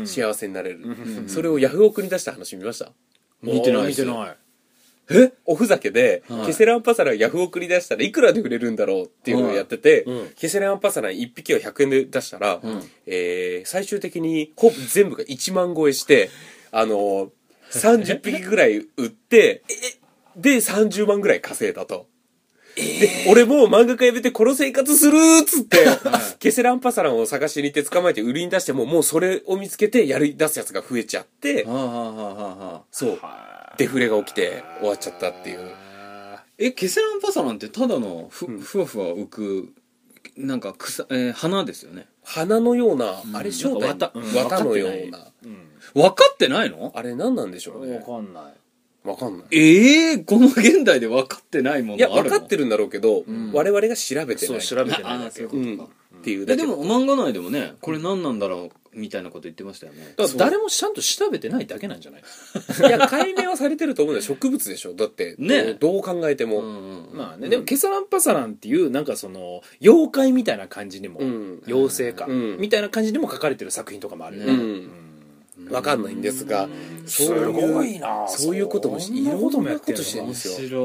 [SPEAKER 1] 幸せになれる、それをヤフオクに出した話見ました
[SPEAKER 3] 見てない
[SPEAKER 1] で
[SPEAKER 3] 見
[SPEAKER 1] す
[SPEAKER 3] てない
[SPEAKER 1] えおふざけで、
[SPEAKER 2] はい
[SPEAKER 1] ケセランパサランヤフオクに出したらいくらで売れるんだろうっていうのをやってて、
[SPEAKER 3] はいうん
[SPEAKER 1] ケセランパサラン1匹を100円で出したら、
[SPEAKER 2] ん
[SPEAKER 1] えー最終的にほぼ全部が1万超えして、あのー30匹ぐらい売って、で30万ぐらい稼いだと。で、俺もう漫画家辞めてこの生活するっつって、ケセランパサランを探しに行って捕まえて売りに出しても、もうそれを見つけてやり出すやつが増えちゃって、
[SPEAKER 2] はあはあはあはあはあ
[SPEAKER 1] そう、デフレが起きて終わっちゃったっていう。
[SPEAKER 2] えケセランパサランってただのふ,、ふわふわ浮くなんか草、えー花ですよね
[SPEAKER 1] 花のような、あれ正体
[SPEAKER 2] なんか綿うん
[SPEAKER 1] 綿のよう
[SPEAKER 2] 分
[SPEAKER 1] な
[SPEAKER 2] か
[SPEAKER 3] うん
[SPEAKER 2] 分かってないの
[SPEAKER 1] あれ何なんでしょう
[SPEAKER 3] わ
[SPEAKER 1] ね
[SPEAKER 3] かんない
[SPEAKER 1] わかんない
[SPEAKER 2] ええこの現代で分かってないものあ
[SPEAKER 1] い
[SPEAKER 2] る
[SPEAKER 1] や
[SPEAKER 2] の
[SPEAKER 1] 分かってるんだろうけど、
[SPEAKER 2] ん
[SPEAKER 1] 我々が調べて
[SPEAKER 3] そ
[SPEAKER 1] ないう
[SPEAKER 3] 調べてない
[SPEAKER 2] ああ
[SPEAKER 3] だ
[SPEAKER 2] そ
[SPEAKER 3] け
[SPEAKER 2] ういう
[SPEAKER 1] う
[SPEAKER 2] こ
[SPEAKER 1] ん
[SPEAKER 2] とか、
[SPEAKER 1] っていう
[SPEAKER 2] え
[SPEAKER 1] だけ
[SPEAKER 2] でも漫画内でもねこれ何なんだろうみたいなこと言ってましたよね
[SPEAKER 3] だから誰もちゃんと調べてないだけなんじゃない
[SPEAKER 1] いや解明はされてると思うんだよ植物でしょだって
[SPEAKER 2] ね
[SPEAKER 1] どうどう考えて
[SPEAKER 2] う
[SPEAKER 1] も、
[SPEAKER 2] んうんうん
[SPEAKER 3] まあね、でもケサランパサランっていうなんかその妖怪みたいな感じにも、
[SPEAKER 1] うん
[SPEAKER 3] 妖精か、
[SPEAKER 1] うん
[SPEAKER 3] みたいな感じにも書かれてる作品とかもあるよね、
[SPEAKER 1] う
[SPEAKER 2] うん
[SPEAKER 1] ん分かんないんですが、そう
[SPEAKER 3] す
[SPEAKER 1] いう
[SPEAKER 3] ごいな
[SPEAKER 1] そういうこともし
[SPEAKER 3] そんなこともやって
[SPEAKER 1] いろ
[SPEAKER 3] る
[SPEAKER 1] んなことしてる
[SPEAKER 2] 面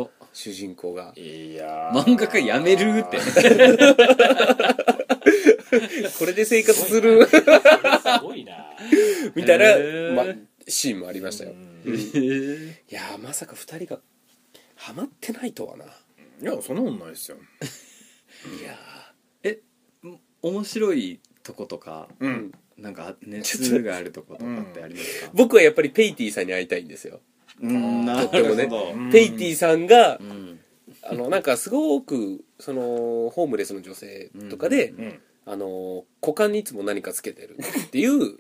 [SPEAKER 2] 白
[SPEAKER 1] 主人公が
[SPEAKER 3] いいやー
[SPEAKER 2] 漫画家やめるって
[SPEAKER 1] これで生活する
[SPEAKER 3] すごいな
[SPEAKER 1] みたいな、
[SPEAKER 2] へー
[SPEAKER 1] ま、シーンもありましたよ、
[SPEAKER 3] うんい
[SPEAKER 1] いやーまさか2人がハマってないとはない
[SPEAKER 3] やそんなことないですよ
[SPEAKER 1] や
[SPEAKER 2] え面白いとことか
[SPEAKER 3] うん
[SPEAKER 2] なんか熱があるとことかってありますか
[SPEAKER 1] ー、僕はやっぱりペイティさんに会いたいんですよ
[SPEAKER 2] うんなる
[SPEAKER 1] とってもね
[SPEAKER 3] うん
[SPEAKER 1] ペイティさんが
[SPEAKER 2] うん
[SPEAKER 1] あのなんかすごくそのホームレスの女性とかで、
[SPEAKER 3] うん
[SPEAKER 1] あの股間にいつも何かつけてるっていう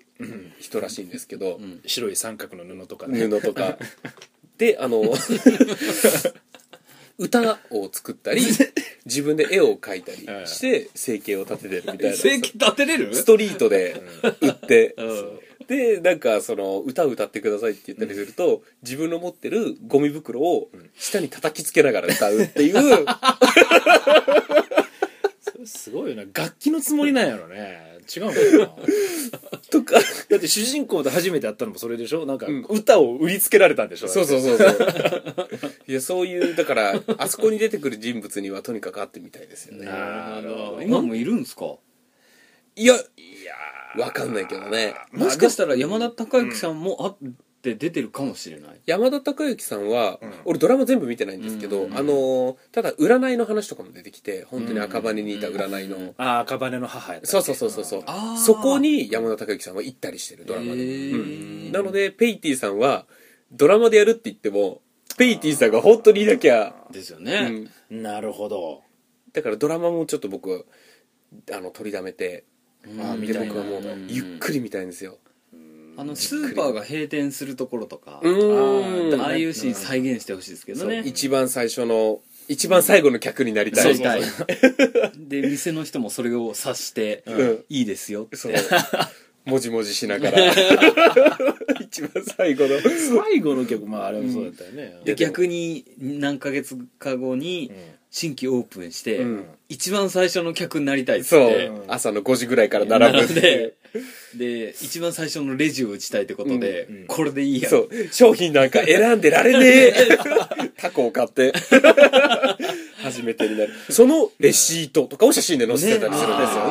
[SPEAKER 1] 人らしいんですけど、
[SPEAKER 2] うん
[SPEAKER 3] 白い三角の布とかね
[SPEAKER 1] 布とかであの歌を作ったり自分で絵を描いたりして生計を立ててるみたいな
[SPEAKER 2] 正規立てれる
[SPEAKER 1] ストリートで売って、
[SPEAKER 2] うん
[SPEAKER 1] でなんかその歌を歌ってくださいって言ったりすると、自分の持ってるゴミ袋を下に叩きつけながら歌うって いう
[SPEAKER 3] すごいよな楽器のつもりなんやろね違うの かな
[SPEAKER 1] とか
[SPEAKER 3] だって主人公と初めて会ったのもそれでしょなんか
[SPEAKER 1] うん
[SPEAKER 3] 歌を売りつけられたんでしょ
[SPEAKER 1] そう
[SPEAKER 3] う
[SPEAKER 1] そうそうそう いやそういうだからあそこに出てくる人物にはとにかく会ってみたいですよね
[SPEAKER 3] なるほど
[SPEAKER 2] 今もいるんですか
[SPEAKER 1] いや
[SPEAKER 3] いや
[SPEAKER 1] わかんないけどね
[SPEAKER 2] もしかしたら山田孝之さんもあって出てるかもしれない
[SPEAKER 1] 山田孝之さんは、
[SPEAKER 3] うん
[SPEAKER 1] 俺ドラマ全部見てないんですけど、
[SPEAKER 2] うん
[SPEAKER 1] あのーただ占いの話とかも出てきて本当に赤羽にいた占いの、
[SPEAKER 2] うん
[SPEAKER 3] ーああ赤羽の母やったっけ
[SPEAKER 1] そうそうそうそうそう
[SPEAKER 2] あー
[SPEAKER 1] そこに山田孝之さんは行ったりしてるドラマ
[SPEAKER 2] へ
[SPEAKER 1] で、
[SPEAKER 2] ー
[SPEAKER 1] うんなのでペイティさんはドラマでやるって言ってもペイティさんが本当にいなきゃ、
[SPEAKER 2] ですよ
[SPEAKER 1] う
[SPEAKER 2] ね
[SPEAKER 1] ん
[SPEAKER 3] なるほど
[SPEAKER 1] だからドラマもちょっと僕あの取りだめて
[SPEAKER 2] あ
[SPEAKER 1] で僕はもうゆっくり見たいんですよ
[SPEAKER 2] あのスーパーが閉店するところとか
[SPEAKER 1] う
[SPEAKER 2] あ
[SPEAKER 1] ん
[SPEAKER 2] あいうシーン再現してほしいですけど
[SPEAKER 1] そう
[SPEAKER 2] ね
[SPEAKER 1] 一番最初の一番最後の客になりた
[SPEAKER 2] そう
[SPEAKER 1] い
[SPEAKER 2] そう で店の人もそれを察して
[SPEAKER 1] うん
[SPEAKER 2] いいですよ
[SPEAKER 1] そうもじもじしなが ら一番最後の
[SPEAKER 3] 最後の曲まああれもそうだったよね、
[SPEAKER 2] で逆に何ヶ月か後に新規オープンして
[SPEAKER 1] うん
[SPEAKER 2] 一番最初の客になりたいっつ
[SPEAKER 1] そ
[SPEAKER 2] っ
[SPEAKER 1] う、
[SPEAKER 2] て
[SPEAKER 1] 朝の5時ぐらいから並ぶっていう
[SPEAKER 2] でで一番最初のレジを打ちたいってことで、
[SPEAKER 3] うんうん
[SPEAKER 2] これでいいや
[SPEAKER 1] そう商品なんか選んでられね えタコを買って初めてになるそのレシートとかを写真で載せてたりするんですよ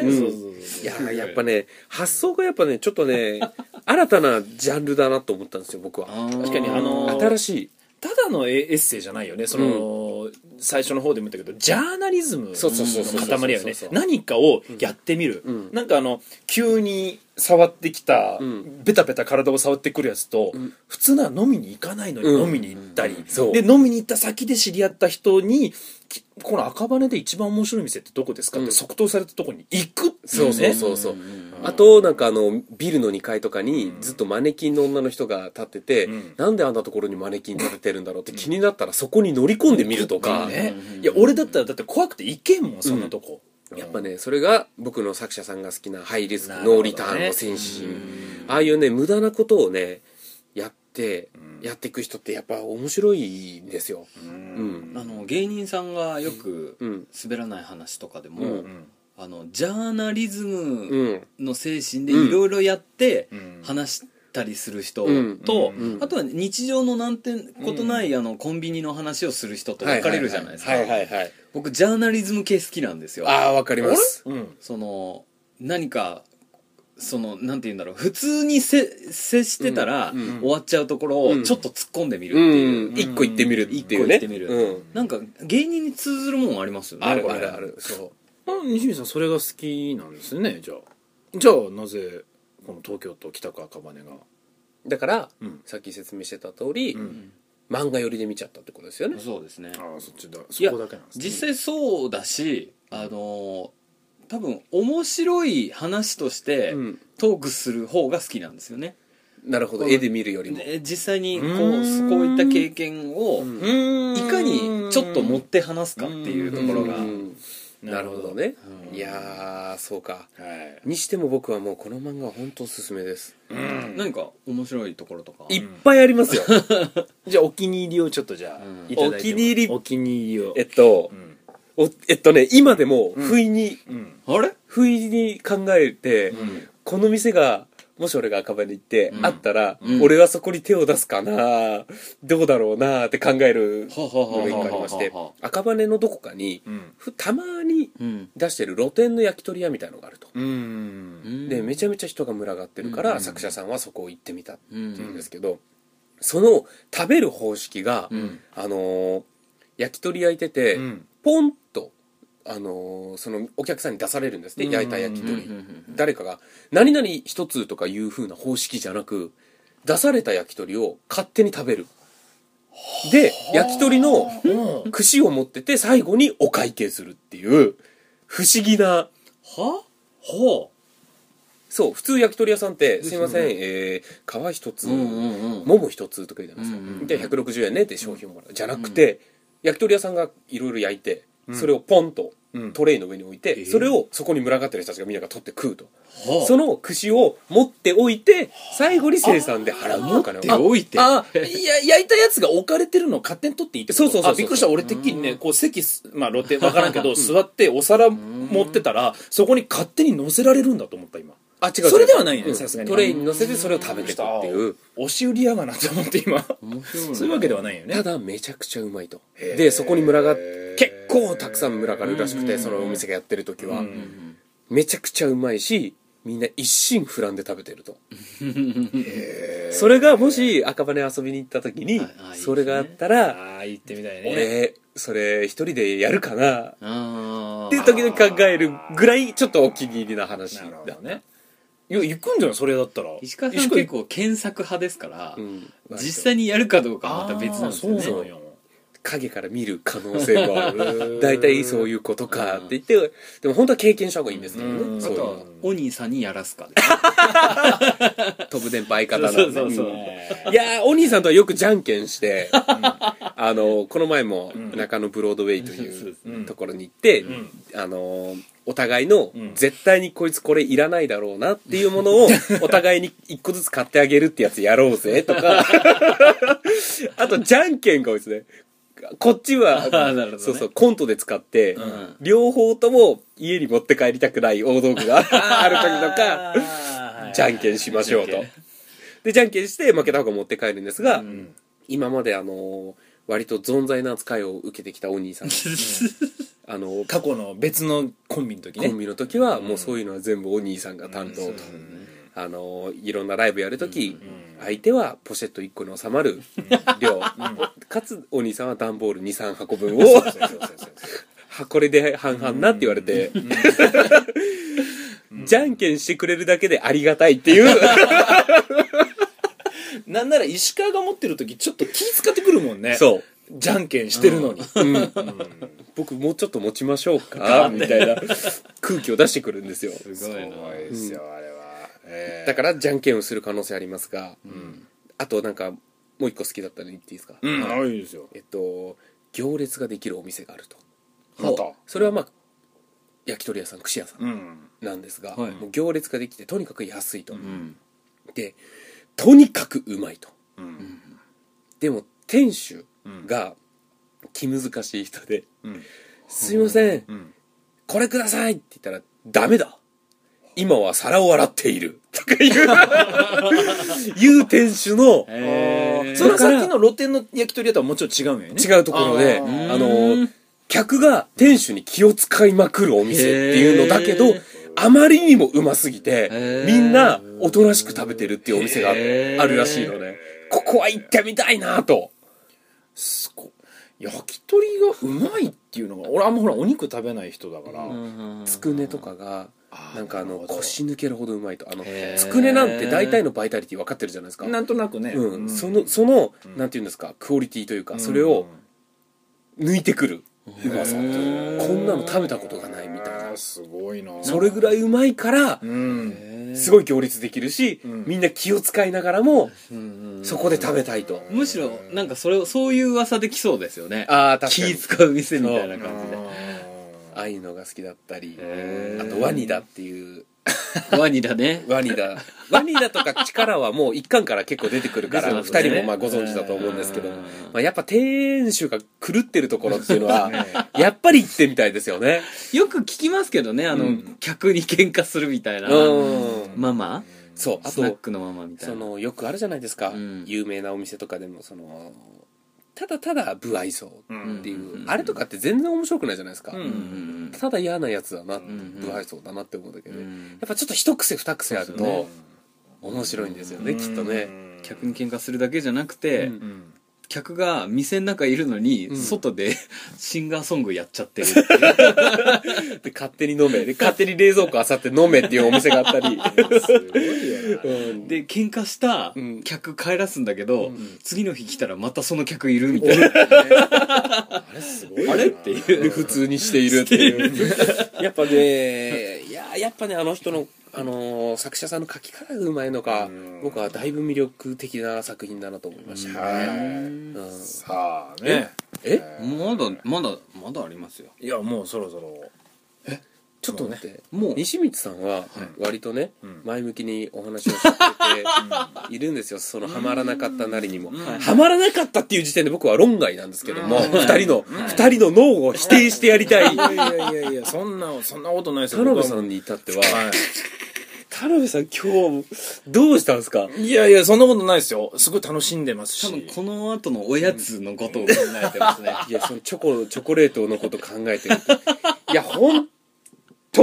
[SPEAKER 3] ね
[SPEAKER 2] ね
[SPEAKER 1] うん
[SPEAKER 3] そうそうそう
[SPEAKER 1] いやーやっぱね発想がやっぱねちょっ とね新たなジャンルだなと思ったんですよ僕は
[SPEAKER 2] 確
[SPEAKER 3] かにあのー
[SPEAKER 1] 新しい
[SPEAKER 3] ただのエエッセイじゃないよねその、最初の方でも言ったけどジャーナリズムの
[SPEAKER 1] そうそうそうそう
[SPEAKER 3] 塊やよね
[SPEAKER 1] そうそうそう
[SPEAKER 3] 何かをやってみる、
[SPEAKER 1] うん
[SPEAKER 3] なんかあの急に触ってきた、
[SPEAKER 1] ん
[SPEAKER 3] ベタベタ体を触ってくるやつと、普通なら飲みに行かないのに
[SPEAKER 1] うん
[SPEAKER 3] 飲みに行ったり、
[SPEAKER 1] そう
[SPEAKER 3] で飲みに行った先で知り合った人にきこの赤羽で一番面白い店ってどこですかっ
[SPEAKER 1] うん
[SPEAKER 3] て即答されたとこに行くってい
[SPEAKER 1] そううそう
[SPEAKER 3] ね
[SPEAKER 1] そうそう、
[SPEAKER 3] ん
[SPEAKER 1] あとなんかあのビルの2階とかにずっとマネキンの女の人が立ってて、
[SPEAKER 3] うん
[SPEAKER 1] なんであんなところにマネキン立ててるんだろうって気になったらそこに乗り込んでみるとか、
[SPEAKER 3] ね
[SPEAKER 2] うん
[SPEAKER 3] いや俺だったらだって怖くて行けんもんそんなとこ、
[SPEAKER 1] やっぱねそれが僕の作者さんが好きなハイリスク
[SPEAKER 3] なるほど
[SPEAKER 1] ノ
[SPEAKER 3] ね
[SPEAKER 1] ーリターンの戦士、ああいうね無駄なことをねやっってやっていく人ってやっぱ面白いんですよ。うん
[SPEAKER 2] あの芸人さんがよく
[SPEAKER 1] うん
[SPEAKER 2] 滑らない話とかでも、
[SPEAKER 1] う
[SPEAKER 2] あのジャーナリズ
[SPEAKER 1] う
[SPEAKER 2] ム
[SPEAKER 1] ん
[SPEAKER 2] の精神で
[SPEAKER 1] うん
[SPEAKER 2] いろいろやって
[SPEAKER 3] うん
[SPEAKER 2] 話したりする人と、
[SPEAKER 1] うんうん
[SPEAKER 2] あとは日常のなんてことない、あのコンビニの話をする人と分かれるじゃないですか、
[SPEAKER 1] はいはいはい。
[SPEAKER 2] 僕ジャーナリズム系好きなんですよ
[SPEAKER 1] ああ、わかります。
[SPEAKER 3] うん
[SPEAKER 2] その何かそのなんて言うんだろう普通にせ接してたら、
[SPEAKER 1] うんうん
[SPEAKER 2] 終わっちゃうところを
[SPEAKER 1] うん
[SPEAKER 2] ちょっと突っ込んでみるって
[SPEAKER 1] う
[SPEAKER 2] いう、
[SPEAKER 1] ん。一個行ってみるっていう
[SPEAKER 2] 一個
[SPEAKER 1] ね。
[SPEAKER 2] 行ってみる
[SPEAKER 1] うん。
[SPEAKER 2] なんか芸人に通ずるもんありますよね
[SPEAKER 1] ある
[SPEAKER 2] これ
[SPEAKER 1] あるある。そう。
[SPEAKER 3] あ西見さんそれが好きなんですねじゃあじゃあなぜこの東京都北区赤羽が
[SPEAKER 1] だから、
[SPEAKER 3] うん
[SPEAKER 1] さっき説明してた通り、
[SPEAKER 3] ん
[SPEAKER 1] 漫画寄りで見ちゃったってことですよね。
[SPEAKER 2] そうですね
[SPEAKER 3] ああそっちだ
[SPEAKER 2] いや
[SPEAKER 3] そこだけなんですね
[SPEAKER 2] 実際そうだしあのー多分面白い話として
[SPEAKER 1] うん
[SPEAKER 2] トークする方が好きなんですよね、
[SPEAKER 1] なるほど。
[SPEAKER 2] この
[SPEAKER 1] 絵で見るよりも。
[SPEAKER 2] で実際にこう
[SPEAKER 3] うーん
[SPEAKER 2] こういった経験を
[SPEAKER 1] ん
[SPEAKER 2] い
[SPEAKER 3] い
[SPEAKER 2] かにちょっと持って話すかっていうところが
[SPEAKER 1] うんなるほどね。
[SPEAKER 2] うん
[SPEAKER 1] いやー、そうか。
[SPEAKER 3] はい
[SPEAKER 1] にしても僕はもうこの漫画は本当おすすめです。
[SPEAKER 3] うん
[SPEAKER 2] 何か面白いところとか
[SPEAKER 1] いっぱいありますよ。
[SPEAKER 3] じゃあお気に入りをちょっとじゃあ
[SPEAKER 2] うん
[SPEAKER 3] いただいても
[SPEAKER 1] お気に入り
[SPEAKER 3] お気に入りを
[SPEAKER 1] えっと
[SPEAKER 3] う、ん
[SPEAKER 1] おえっとね、今でも不意に、
[SPEAKER 3] うん
[SPEAKER 2] あれ
[SPEAKER 1] 不意に考えて、
[SPEAKER 3] うん
[SPEAKER 1] この店がもし俺が赤羽に行って、
[SPEAKER 2] うん
[SPEAKER 1] あったら、
[SPEAKER 2] うん
[SPEAKER 1] 俺はそこに手を出すかなどうだろうなって考える
[SPEAKER 2] ははは
[SPEAKER 1] のが一個ありまして
[SPEAKER 2] ははは
[SPEAKER 1] 赤羽のどこかに
[SPEAKER 3] うん
[SPEAKER 1] ふたまに
[SPEAKER 2] うん
[SPEAKER 1] 出してる露店の焼き鳥屋みたいのがあると、
[SPEAKER 3] うん
[SPEAKER 1] でめちゃめちゃ人が群がってるから、
[SPEAKER 2] うん
[SPEAKER 1] 作者さんはそこを行ってみたっ
[SPEAKER 2] う
[SPEAKER 1] ていうん
[SPEAKER 2] ん
[SPEAKER 1] ですけど、その食べる方式が、
[SPEAKER 2] うん
[SPEAKER 1] あのー焼き鳥焼いてて、
[SPEAKER 3] うん
[SPEAKER 1] ポンと、あのーそのお客さんに出されるんですね、
[SPEAKER 3] うん
[SPEAKER 1] 焼いた焼き鳥、
[SPEAKER 2] うんうんうん
[SPEAKER 1] 誰かが「何々一つ」とかいう風な方式じゃなく出された焼き鳥を勝手に食べるで焼き鳥の
[SPEAKER 3] うん
[SPEAKER 1] 串を持ってて最後にお会計するっていう不思議な
[SPEAKER 2] はほ
[SPEAKER 1] そう普通焼き鳥屋さんって「
[SPEAKER 3] です
[SPEAKER 1] すい
[SPEAKER 3] よ
[SPEAKER 1] ま
[SPEAKER 3] ね
[SPEAKER 1] せん、えー、皮一つ、
[SPEAKER 2] ううんうんうん
[SPEAKER 1] もも一つ」とか言うじゃないですか、
[SPEAKER 2] うんうん
[SPEAKER 1] で160円ねで商品をもらうじゃなくて、焼き鳥屋さんがいろいろ焼いてそれをポンと
[SPEAKER 3] うん
[SPEAKER 1] トレイの上に置いて、
[SPEAKER 2] えー
[SPEAKER 1] それをそこに群がってる人たちがみんなが取って食うと。
[SPEAKER 2] は
[SPEAKER 1] その串を持っておいて最後に生産で払うお金
[SPEAKER 2] 持って
[SPEAKER 1] を
[SPEAKER 2] おいて
[SPEAKER 3] あいや焼いたやつが置かれてるのを勝手に取っていいってこと
[SPEAKER 1] そうそうそうそう
[SPEAKER 3] あびっくりした俺てっきりねこう席すまあ露店わからんけど座ってお皿持ってたらそこに勝手に乗せられるんだと思った今
[SPEAKER 1] あ違
[SPEAKER 3] それではないね
[SPEAKER 1] うん
[SPEAKER 3] さすがに
[SPEAKER 1] トレイに乗せてそれを食べていくっていう
[SPEAKER 3] 押し売りやがなと思って今
[SPEAKER 2] 面白い
[SPEAKER 3] そういうわけではないよね
[SPEAKER 1] ただめちゃくちゃうまいと
[SPEAKER 3] へー
[SPEAKER 1] でそこに群が結構たくさん群がるらしくてそのお店がやってる時は
[SPEAKER 3] うん
[SPEAKER 1] めちゃくちゃうまいしみんな一心不乱で食べてるとそれがもし赤羽遊びに行った時に
[SPEAKER 2] はいはい
[SPEAKER 1] それがあったら
[SPEAKER 3] ああ行ってみたいね
[SPEAKER 1] 俺それ一人でやるかな
[SPEAKER 2] あ
[SPEAKER 1] っ
[SPEAKER 2] ー
[SPEAKER 1] て時々考えるぐらいちょっとお気に入りな話
[SPEAKER 3] な
[SPEAKER 1] だ
[SPEAKER 3] るほど
[SPEAKER 1] ね
[SPEAKER 3] ねいや行くんじゃないそれだったら
[SPEAKER 2] 石川さん結構検索派ですから、
[SPEAKER 1] うん
[SPEAKER 2] 実際にやるかどうかはまた別なんですよね
[SPEAKER 3] あーそうなんや
[SPEAKER 1] 影から見る可能性もある大体そういうことかって言ってでも本当は経験した方がいいんですけど
[SPEAKER 3] う
[SPEAKER 1] ね
[SPEAKER 3] ん
[SPEAKER 1] そ
[SPEAKER 2] あ
[SPEAKER 1] ういう
[SPEAKER 2] と
[SPEAKER 1] の
[SPEAKER 2] は
[SPEAKER 1] は
[SPEAKER 2] お兄さんにやらすかです
[SPEAKER 1] 飛ぶ電波相方なんで
[SPEAKER 2] そうそ うそう
[SPEAKER 1] いやーお兄さんとはよくじゃんけん して、あのーこの前も
[SPEAKER 3] ん
[SPEAKER 1] 中野ブロードウェイと
[SPEAKER 2] そう
[SPEAKER 1] い
[SPEAKER 2] です
[SPEAKER 3] ね
[SPEAKER 1] うところに行って、
[SPEAKER 3] ん
[SPEAKER 1] あのーお互いの
[SPEAKER 3] うん
[SPEAKER 1] 絶対にこいつこれいらないだろうなっていうもの をお互いに一個ずつ買ってあげるってやつやろうぜとか あとじゃんけんが多いですねこっちは
[SPEAKER 2] あーなるほどね
[SPEAKER 1] そうそうコントで使って、
[SPEAKER 2] ん
[SPEAKER 1] 両方とも家に持って帰りたくない大道具が ある時とか
[SPEAKER 3] か
[SPEAKER 1] じゃんけんしましょう
[SPEAKER 2] じゃ
[SPEAKER 1] と
[SPEAKER 2] んけん。
[SPEAKER 1] で、じゃんけんして負けた方が持って帰るんですが、
[SPEAKER 2] ん
[SPEAKER 1] 今まであのー割と存在な扱いを受けてきたお兄 さん。あのー
[SPEAKER 3] 過去の別のコンビの時
[SPEAKER 1] コ
[SPEAKER 3] ね
[SPEAKER 1] ンビの時はもうそういうのは全部お兄さんが担当と。あのーいろんなライブやる時、相手はポシェット1個に収まる量、かつお兄さんは段ボール23箱分を
[SPEAKER 3] そうそうそうそう
[SPEAKER 1] はこれで半々なって言われて、 じゃんけんしてくれるだけでありがたいっていう
[SPEAKER 3] なんなら石川が持ってる時ちょっと気使ってくるもんね
[SPEAKER 1] そう
[SPEAKER 3] じゃんけんしてるのに
[SPEAKER 1] うん僕もうちょっと持ちましょ うかみたいな空気を出してくるんですよ
[SPEAKER 2] すごいな
[SPEAKER 3] ですよあれはえー
[SPEAKER 1] だからじゃんけんをする可能性ありますが、
[SPEAKER 3] ん
[SPEAKER 1] あとなんかもう一個好きだったの言っていいですか、
[SPEAKER 3] うんあいいですよ
[SPEAKER 1] えっと行列ができるお店があると
[SPEAKER 3] また
[SPEAKER 1] それはまあ焼き鳥屋さん串屋さん
[SPEAKER 3] うん
[SPEAKER 1] なんですが、
[SPEAKER 2] はい
[SPEAKER 1] もう行列ができてとにかく安いと、
[SPEAKER 2] うん
[SPEAKER 1] でとにかくうまいと
[SPEAKER 3] うん
[SPEAKER 1] でも店主
[SPEAKER 3] うん
[SPEAKER 1] が気難しい人で
[SPEAKER 3] うん
[SPEAKER 1] 「すいません
[SPEAKER 3] うん
[SPEAKER 1] これください」って言ったら「ダメだ今は皿を洗っている」とか言う 言う店主の
[SPEAKER 2] へー
[SPEAKER 3] それはさっきの露店の焼き鳥屋とはもちろん違うんよね
[SPEAKER 1] 違うところで
[SPEAKER 3] あ
[SPEAKER 1] あ
[SPEAKER 3] ー
[SPEAKER 1] の客が店主に気を使いまくるお店っていうのだけ
[SPEAKER 2] へ
[SPEAKER 1] ど
[SPEAKER 2] ー
[SPEAKER 1] あまりにもうますぎて
[SPEAKER 2] へー
[SPEAKER 1] みんなおとなしく食べてるっていうお店があ
[SPEAKER 2] へー
[SPEAKER 1] あるらしいのでここは行ってみたいなと
[SPEAKER 3] すごい焼き鳥がうまいっていうのが俺あんまほらお肉食べない人だから、
[SPEAKER 1] つくねとかが
[SPEAKER 3] あー
[SPEAKER 1] なんかあ
[SPEAKER 3] なる
[SPEAKER 1] の
[SPEAKER 3] ほど
[SPEAKER 1] 腰抜けるほどうまいとあの
[SPEAKER 2] へー
[SPEAKER 1] つくねなんて大体のバイタリティ分かってるじゃないですか
[SPEAKER 3] なんとなくね、
[SPEAKER 1] うん、そのその、
[SPEAKER 3] ん
[SPEAKER 1] なんていうんですかクオリティというか、
[SPEAKER 3] うん
[SPEAKER 1] それを抜いてくるうまさ
[SPEAKER 2] へ
[SPEAKER 1] こ
[SPEAKER 2] ー
[SPEAKER 1] んなの食べたことがないみたいな
[SPEAKER 3] あーすごいな
[SPEAKER 1] それぐらいうまいから
[SPEAKER 3] うん
[SPEAKER 1] すごい行列できるし、
[SPEAKER 3] うん
[SPEAKER 1] みんな気を使いながらもそこで食べたいと、
[SPEAKER 2] むしろなんかそれをそういう噂できそうですよね
[SPEAKER 1] ああ確か
[SPEAKER 2] 気
[SPEAKER 1] に
[SPEAKER 2] 使う店みたいな感じで
[SPEAKER 1] ああいうのが好きだったり
[SPEAKER 2] へ
[SPEAKER 1] あ
[SPEAKER 2] ー
[SPEAKER 1] とワニダっていう
[SPEAKER 2] ワニだね
[SPEAKER 1] ワニダワニダとか力はもう一巻から結構出てくるから、
[SPEAKER 2] で
[SPEAKER 1] 二
[SPEAKER 2] すよね
[SPEAKER 1] 人もまあご存知だと思うんですけど、
[SPEAKER 2] うん
[SPEAKER 1] まあ、やっぱ店主が狂ってるところっていうのはやっぱり行ってみたいですよね
[SPEAKER 2] よく聞きますけどねあの、
[SPEAKER 3] うん
[SPEAKER 2] 客に喧嘩するみたいな、
[SPEAKER 1] うん
[SPEAKER 2] ママ
[SPEAKER 1] そうあ
[SPEAKER 2] スナッ
[SPEAKER 1] と
[SPEAKER 2] クのママみたい
[SPEAKER 1] そ
[SPEAKER 2] な
[SPEAKER 1] のよくあるじゃないですか、
[SPEAKER 2] うん
[SPEAKER 1] 有名なお店とかでもそのただただ不愛想っていう、
[SPEAKER 2] うん
[SPEAKER 1] あれとかって全然面白くないじゃないですか、
[SPEAKER 3] う
[SPEAKER 2] うんん
[SPEAKER 1] ただ嫌なやつだな、
[SPEAKER 2] ん
[SPEAKER 1] 不愛想だなって思うんだけ
[SPEAKER 2] う
[SPEAKER 1] ど、
[SPEAKER 2] んう
[SPEAKER 1] や
[SPEAKER 2] ん
[SPEAKER 1] っぱちょっと一癖二癖ある
[SPEAKER 2] そうですよ
[SPEAKER 1] と面白いんですよね、きっとね、
[SPEAKER 2] 客に喧嘩するだけじゃなくて、
[SPEAKER 1] うん
[SPEAKER 3] うん
[SPEAKER 2] 客が店の中いるのに、
[SPEAKER 1] ん
[SPEAKER 2] 外で シンガーソングやっちゃってるっていう
[SPEAKER 1] で勝手に飲めで勝手に冷蔵庫あさって飲めっていうお店があった
[SPEAKER 3] す
[SPEAKER 1] り、
[SPEAKER 3] ごいよな
[SPEAKER 1] うん
[SPEAKER 2] で喧嘩した
[SPEAKER 1] うん
[SPEAKER 2] 客帰らすんだけど、
[SPEAKER 1] ん
[SPEAKER 2] 次の日来たらまたその客いるみたいな
[SPEAKER 3] あれすごいよな
[SPEAKER 2] あれっていう
[SPEAKER 1] 普通にしているっていうやっぱねいややっぱねあの人の、あのー作者さんの書き方がうまいのか
[SPEAKER 3] うん
[SPEAKER 1] 僕はだいぶ魅力的な作品だなと思いましたね、
[SPEAKER 3] は
[SPEAKER 1] うん
[SPEAKER 3] いさあね
[SPEAKER 1] え
[SPEAKER 2] まだまだまだありますよ
[SPEAKER 3] いやもうそろそろ
[SPEAKER 1] ちょっと待って
[SPEAKER 2] もう
[SPEAKER 1] 西光さんは割とね
[SPEAKER 3] ん
[SPEAKER 1] 前向きにお話をされているんですよそのハマらなかったなりにも
[SPEAKER 2] ん
[SPEAKER 1] ハマらなかったっていう時点で僕は論外なんですけども
[SPEAKER 3] うん
[SPEAKER 1] 二人の二人の脳を否定してやりたい
[SPEAKER 3] いやいやいやいやそんなそんなことないです
[SPEAKER 1] 田辺さ
[SPEAKER 3] 僕は
[SPEAKER 1] んに至っては
[SPEAKER 3] は
[SPEAKER 1] 田辺さん今日どうしたんですか
[SPEAKER 3] いいやいやそんなことないですよすごい楽しんでますし
[SPEAKER 2] 多分この後のおやつのことを考えてますね
[SPEAKER 1] いやそのチョコチョコレートのこと考えてるいや本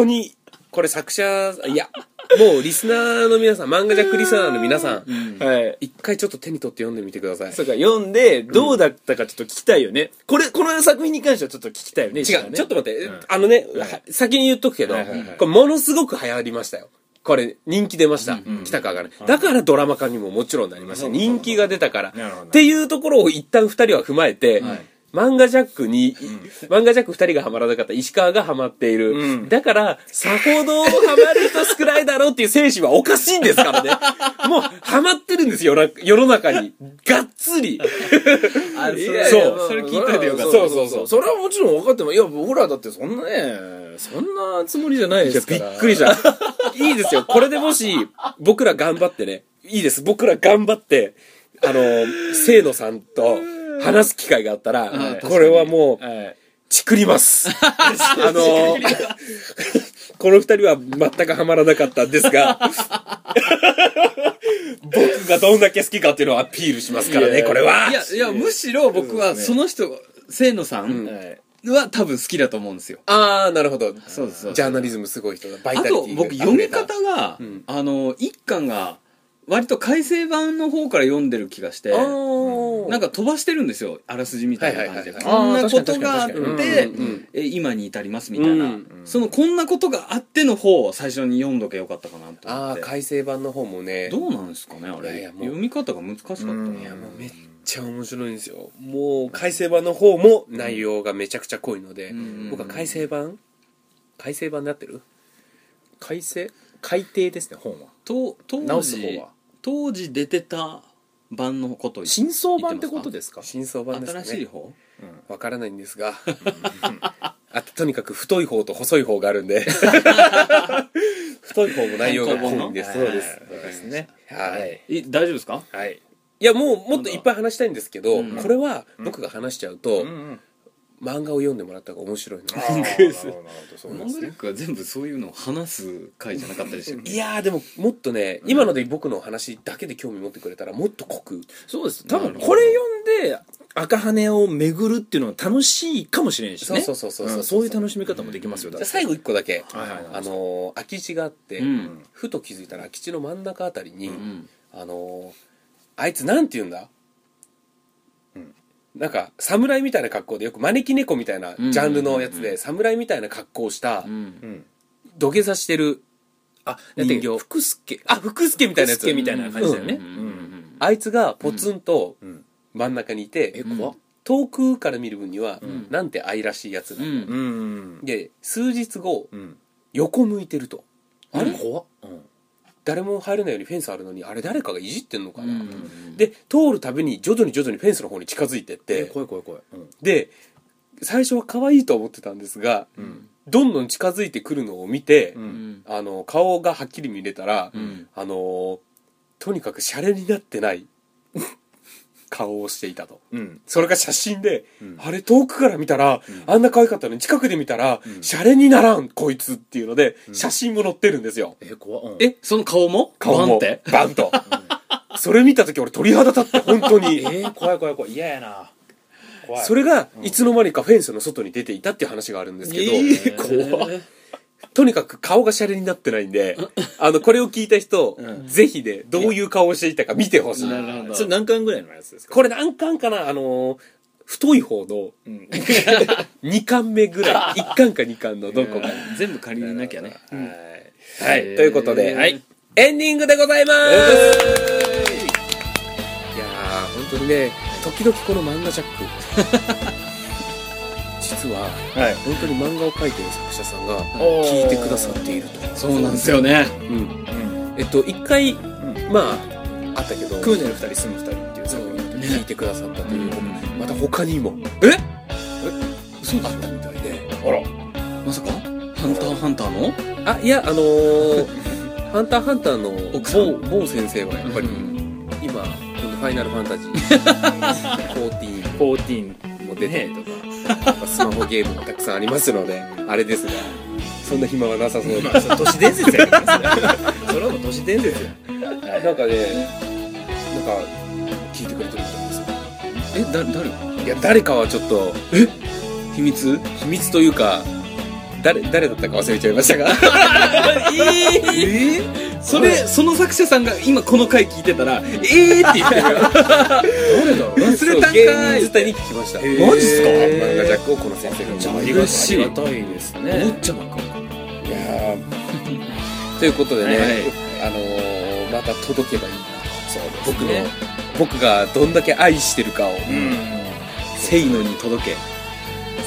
[SPEAKER 1] 当にこれ作者いやもうリスナーの皆さん漫画ジャックリスナーの皆さん
[SPEAKER 3] はい
[SPEAKER 1] 一回ちょっと手に取って読んでみてください
[SPEAKER 3] そうか読んでどうだったかちょっと聞きたいよね、これこの作品に関してはちょっと聞きたいよね
[SPEAKER 1] 違う、
[SPEAKER 3] 一応ね
[SPEAKER 1] ちょっと待って、
[SPEAKER 3] うん
[SPEAKER 1] あのね、は先に言っとくけど、
[SPEAKER 3] はいはいはい
[SPEAKER 1] これものすごく流行りましたよ。これ、人気出ました。北川がね。だからドラマ化にももちろんなりました。人気が出たから。
[SPEAKER 3] なるほど
[SPEAKER 1] っていうところを一旦二人は踏まえて、漫画ジャックに、漫画ジャック二人がハマらなかった石川がハマっている。
[SPEAKER 3] うん
[SPEAKER 1] だから、さほどハマる人少ないだろうっていう精神はおかしいんで すからね。もう、ハマってるんですよ、世の世の中に。がっつり。
[SPEAKER 2] あそ
[SPEAKER 3] い
[SPEAKER 2] れ
[SPEAKER 3] やいや
[SPEAKER 1] そう
[SPEAKER 3] まあ
[SPEAKER 2] それ聞いといてよかった
[SPEAKER 3] そうそうそう。それはもちろん分かっても、いや、僕らだってそんなね、そんなつもりじゃない
[SPEAKER 1] い
[SPEAKER 3] で
[SPEAKER 1] や
[SPEAKER 3] すか
[SPEAKER 1] び
[SPEAKER 3] ら。
[SPEAKER 1] っくりした。いいですよ。これでもし、僕ら頑張ってね、いいです。僕ら頑張って、あの、せいのさんと話す機会があったら、これはもう、
[SPEAKER 3] はい。
[SPEAKER 1] ちくり ます。あの、この二人は全くハマらなかったんですが、 僕がどんだけ好きかっていうのをアピールしますから
[SPEAKER 3] いやいや
[SPEAKER 1] ね、これは。
[SPEAKER 2] いやいやむしろ僕はその人清野さん
[SPEAKER 3] はい
[SPEAKER 2] は多分好きだと思うんですよ
[SPEAKER 1] ああ、なるほど。
[SPEAKER 2] そうそう
[SPEAKER 1] ジャーナリズムすごい人だ。バイ
[SPEAKER 2] あ
[SPEAKER 1] タリティ
[SPEAKER 2] と
[SPEAKER 1] が
[SPEAKER 2] 僕
[SPEAKER 1] 溢れた
[SPEAKER 2] 読み方が、
[SPEAKER 1] ん
[SPEAKER 2] あの一巻が割と改正版の方から読んでる気がして
[SPEAKER 1] あー
[SPEAKER 2] なんか飛ばしてるんですよあらすじみたいな感じで、
[SPEAKER 3] はいは
[SPEAKER 1] はい
[SPEAKER 3] いはい
[SPEAKER 2] こんなことがあって、
[SPEAKER 3] あー確かに
[SPEAKER 1] 確かに確かにうんうんうん
[SPEAKER 2] え今に至りますみたいな、
[SPEAKER 1] うん
[SPEAKER 3] うん
[SPEAKER 2] そのこんなことがあっての方を最初に読んどけよかったかなと
[SPEAKER 1] あ
[SPEAKER 2] 思
[SPEAKER 1] あ
[SPEAKER 2] って
[SPEAKER 1] 改正版の方もね
[SPEAKER 2] どうなんですかねあれ
[SPEAKER 1] いやいやもう
[SPEAKER 2] 読み方が難しかった
[SPEAKER 3] うん
[SPEAKER 2] ね
[SPEAKER 3] いや
[SPEAKER 1] もうめっちゃ面白いんですよもう改正版の方も内容がめちゃくちゃ濃いので、
[SPEAKER 2] ん
[SPEAKER 1] 僕は改正版改正版になってる
[SPEAKER 3] 改正改訂ですね、本は。
[SPEAKER 2] と当
[SPEAKER 3] 直す方
[SPEAKER 2] 時
[SPEAKER 3] は
[SPEAKER 2] 当時出てた版のことを言
[SPEAKER 3] 真相版ってことですか
[SPEAKER 1] 真相版ですか
[SPEAKER 2] 新しい
[SPEAKER 1] ね
[SPEAKER 2] 方
[SPEAKER 1] わからないんですが あととにかく太い方と細い方があるんで太い方も内容が濃いんです
[SPEAKER 2] 単
[SPEAKER 3] はい
[SPEAKER 1] そうです
[SPEAKER 2] 行本の
[SPEAKER 3] そうですね。。
[SPEAKER 1] はいい
[SPEAKER 2] え大丈夫ですか
[SPEAKER 3] はい。
[SPEAKER 1] いやもうもっといっぱい話したいんですけど、
[SPEAKER 2] うん
[SPEAKER 1] これは僕が話しちゃうと、
[SPEAKER 3] うん
[SPEAKER 1] 漫画を読んでもらった方が面白い
[SPEAKER 3] あ
[SPEAKER 1] の
[SPEAKER 3] ーなるほどなるほどそう
[SPEAKER 2] モ
[SPEAKER 3] で
[SPEAKER 2] ン
[SPEAKER 3] す
[SPEAKER 2] ブラ
[SPEAKER 3] ね
[SPEAKER 2] ックは全部そういうのを話す回じゃなかったでしたっけ
[SPEAKER 1] いやーでももっとね今ので僕の話だけで興味持ってくれたらもっと濃く
[SPEAKER 3] そうです多分これ読んで赤羽を巡るっていうのが楽しいかもしれんしね
[SPEAKER 1] そうそうそうそうそうん
[SPEAKER 3] そういう楽しみ方もできますよ
[SPEAKER 1] じ
[SPEAKER 3] だ
[SPEAKER 1] ゃ
[SPEAKER 3] っ
[SPEAKER 1] あ
[SPEAKER 3] て
[SPEAKER 1] 最後一個だけ、
[SPEAKER 3] はいはいはい
[SPEAKER 1] あのー空き地があって、
[SPEAKER 2] うん
[SPEAKER 1] ふと気づいたら空き地の真ん中あたりに、
[SPEAKER 2] うん
[SPEAKER 1] あのーあいつなんて言うんだ、
[SPEAKER 3] うん
[SPEAKER 1] なんか侍みたいな格好でよく招き猫みたいなジャンルのやつ
[SPEAKER 2] うんうんうんう
[SPEAKER 1] で侍みたいな格好をした
[SPEAKER 2] うん
[SPEAKER 3] うん
[SPEAKER 1] 土下座してる
[SPEAKER 3] あ
[SPEAKER 1] 人形
[SPEAKER 3] 福助
[SPEAKER 1] あ福助みたいなやつ
[SPEAKER 3] 福助みたいな感じだよね
[SPEAKER 2] うんうんうんうん
[SPEAKER 1] あいつがポツンと
[SPEAKER 3] うん
[SPEAKER 1] 真ん中にいて、
[SPEAKER 3] え
[SPEAKER 2] うん
[SPEAKER 3] 怖っ
[SPEAKER 1] 遠くから見る分には、
[SPEAKER 2] ん
[SPEAKER 1] なんて愛らしいやつだ、
[SPEAKER 2] うん
[SPEAKER 3] ん
[SPEAKER 1] で数日後
[SPEAKER 3] うん
[SPEAKER 1] 横向いてると
[SPEAKER 3] あれ怖っうん
[SPEAKER 1] 誰も入れないようにフェンスあるのにあれ誰かがいじってんのかな、
[SPEAKER 2] うん
[SPEAKER 1] で通るたびに徐々に徐々にフェンスの方に近づいてっ
[SPEAKER 3] え
[SPEAKER 1] て
[SPEAKER 3] 怖い怖い怖いうん
[SPEAKER 1] で最初は可愛いと思ってたんですが、
[SPEAKER 3] ん
[SPEAKER 1] どんどん近づいてくるのを見て、
[SPEAKER 3] う
[SPEAKER 2] うんん
[SPEAKER 1] あの顔がはっきり見れたら、
[SPEAKER 2] うん
[SPEAKER 1] あのーとにかくシャレになってない 顔をしていたと
[SPEAKER 3] うん
[SPEAKER 1] それが写真で、
[SPEAKER 3] うん
[SPEAKER 1] あれ遠くから見たら、
[SPEAKER 3] ん
[SPEAKER 1] あんな可愛かったのに近くで見たら、
[SPEAKER 3] ん
[SPEAKER 1] シャレにならんこいつっていうので、写真も載ってるんですよ
[SPEAKER 3] え怖っうん
[SPEAKER 2] えその顔も
[SPEAKER 1] 顔
[SPEAKER 2] バン
[SPEAKER 1] も
[SPEAKER 2] って
[SPEAKER 1] バンと、それ見た時俺鳥肌立って本 当
[SPEAKER 3] え
[SPEAKER 1] に
[SPEAKER 3] ー怖い怖い怖い嫌やな怖い
[SPEAKER 1] それがいつの間にかフェンスの外に出ていたっていう話があるんですけど、
[SPEAKER 3] えー怖っ
[SPEAKER 2] えー
[SPEAKER 1] とにかく顔がシャレになってないんで、あの、これを聞いた人、
[SPEAKER 3] うん
[SPEAKER 1] ぜひね、どういう顔をしていたか見てほしい。
[SPEAKER 2] なるほど
[SPEAKER 3] それ何巻ぐらいのやつですか
[SPEAKER 1] これ何巻かなあのー太い方の
[SPEAKER 3] うん
[SPEAKER 1] 2巻目ぐらい、1巻か2巻のどこかに。
[SPEAKER 2] 全部借りなきゃね
[SPEAKER 1] はい。は
[SPEAKER 2] へ
[SPEAKER 1] い。
[SPEAKER 2] ー
[SPEAKER 1] ということで、はい。エンディングでございますいやー、本当にね、時々この漫画ジャック。 実は、
[SPEAKER 3] はい
[SPEAKER 1] 本当に漫画を描いてる作者さんが、
[SPEAKER 3] おー
[SPEAKER 1] 聞いてくださっていると。
[SPEAKER 2] そうなんですよね
[SPEAKER 1] うん。
[SPEAKER 3] うん
[SPEAKER 1] えっと、一回、
[SPEAKER 3] ん
[SPEAKER 1] まあ、あったけど、
[SPEAKER 3] クーネル二人住む二人っていう
[SPEAKER 1] そ
[SPEAKER 3] 作
[SPEAKER 1] う
[SPEAKER 3] 品だった
[SPEAKER 1] 聞いてくださったという、
[SPEAKER 2] うん
[SPEAKER 1] また他にも、
[SPEAKER 2] え
[SPEAKER 1] そうだったみたいで。
[SPEAKER 3] あら
[SPEAKER 2] まさかハンターハンターの
[SPEAKER 1] あ、いや、あの ー、ハンターハンターの
[SPEAKER 2] 奥さん
[SPEAKER 1] 某某先生はやっぱり、
[SPEAKER 2] うん
[SPEAKER 1] 今、このファイナルファンタジ ー
[SPEAKER 3] 14
[SPEAKER 1] 14も出てとか、やっぱスマホゲームもたくさんあります ので、あれですが、そんな暇はなさそうな。
[SPEAKER 3] それ都市伝説やからそれそれはもう都市伝説や
[SPEAKER 1] なんかね、なんか、聞いてくれてるみたいです。
[SPEAKER 2] えだ誰
[SPEAKER 1] いや誰かはちょっとえ秘密秘密というか誰誰だったか忘れちゃいましたが
[SPEAKER 2] えーそれその作者さんが今この回聞いてたら「えー!」って言ってるよ
[SPEAKER 3] 誰だろう
[SPEAKER 2] 忘れたんかい
[SPEAKER 1] 芸人伝いに聞きました
[SPEAKER 3] へーマジっすか
[SPEAKER 1] 漫画ジャックをこの先生が
[SPEAKER 3] じゃああり
[SPEAKER 1] い
[SPEAKER 3] が
[SPEAKER 2] 嬉しい
[SPEAKER 3] ありがたいです
[SPEAKER 2] お
[SPEAKER 3] ね
[SPEAKER 2] っちゃまか
[SPEAKER 1] やーということでね、
[SPEAKER 2] はい
[SPEAKER 1] あのーまた届けばいいな
[SPEAKER 3] そうです
[SPEAKER 1] 僕の、僕がどんだけ愛してるかを
[SPEAKER 3] う
[SPEAKER 2] せいのに届け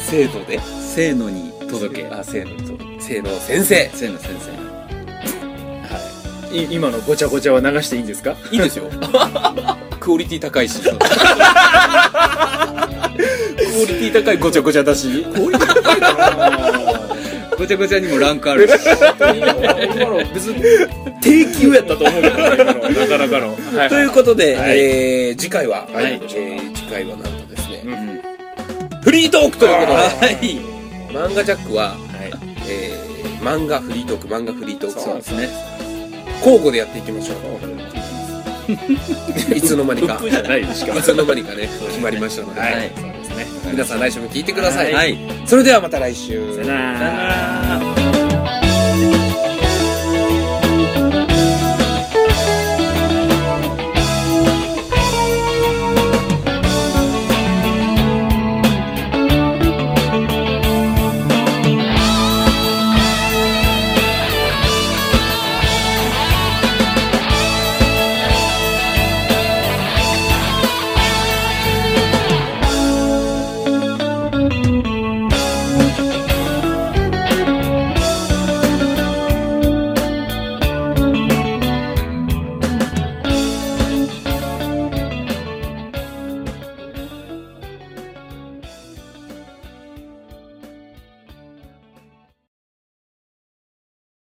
[SPEAKER 1] 生徒で
[SPEAKER 2] せいのに届け
[SPEAKER 1] あ生徒と生徒先生
[SPEAKER 2] せいの先
[SPEAKER 3] ん
[SPEAKER 2] 生
[SPEAKER 3] い今のごちゃごちゃは流していいんですか
[SPEAKER 1] いいですよクオリティ高いしクオリティ高いごちゃごちゃだし
[SPEAKER 2] ごちゃごちゃにもランクあるし
[SPEAKER 3] 別に低級やったと思うけどね今のはなかなかのはい
[SPEAKER 1] ということで、
[SPEAKER 3] はい
[SPEAKER 1] えー次回は、
[SPEAKER 3] はい
[SPEAKER 1] えー次回はなんとですね、
[SPEAKER 2] うん
[SPEAKER 1] フリートークということ
[SPEAKER 2] はい
[SPEAKER 1] で、漫画ジャックは、
[SPEAKER 3] はい
[SPEAKER 1] えー漫画フリートーク、漫画フリートーク、
[SPEAKER 2] そうですね
[SPEAKER 1] 交互でやっていきましょう。いつの間に
[SPEAKER 3] ブ
[SPEAKER 1] か
[SPEAKER 3] ッ、クじゃないでしか
[SPEAKER 1] い
[SPEAKER 3] も
[SPEAKER 1] つの間にかね、決まりましたので、
[SPEAKER 3] はい
[SPEAKER 2] はい
[SPEAKER 3] そうですね
[SPEAKER 1] 皆さん来週も聞いてください。
[SPEAKER 2] はい
[SPEAKER 1] それではまた来週。
[SPEAKER 3] さよなら
[SPEAKER 2] さよなら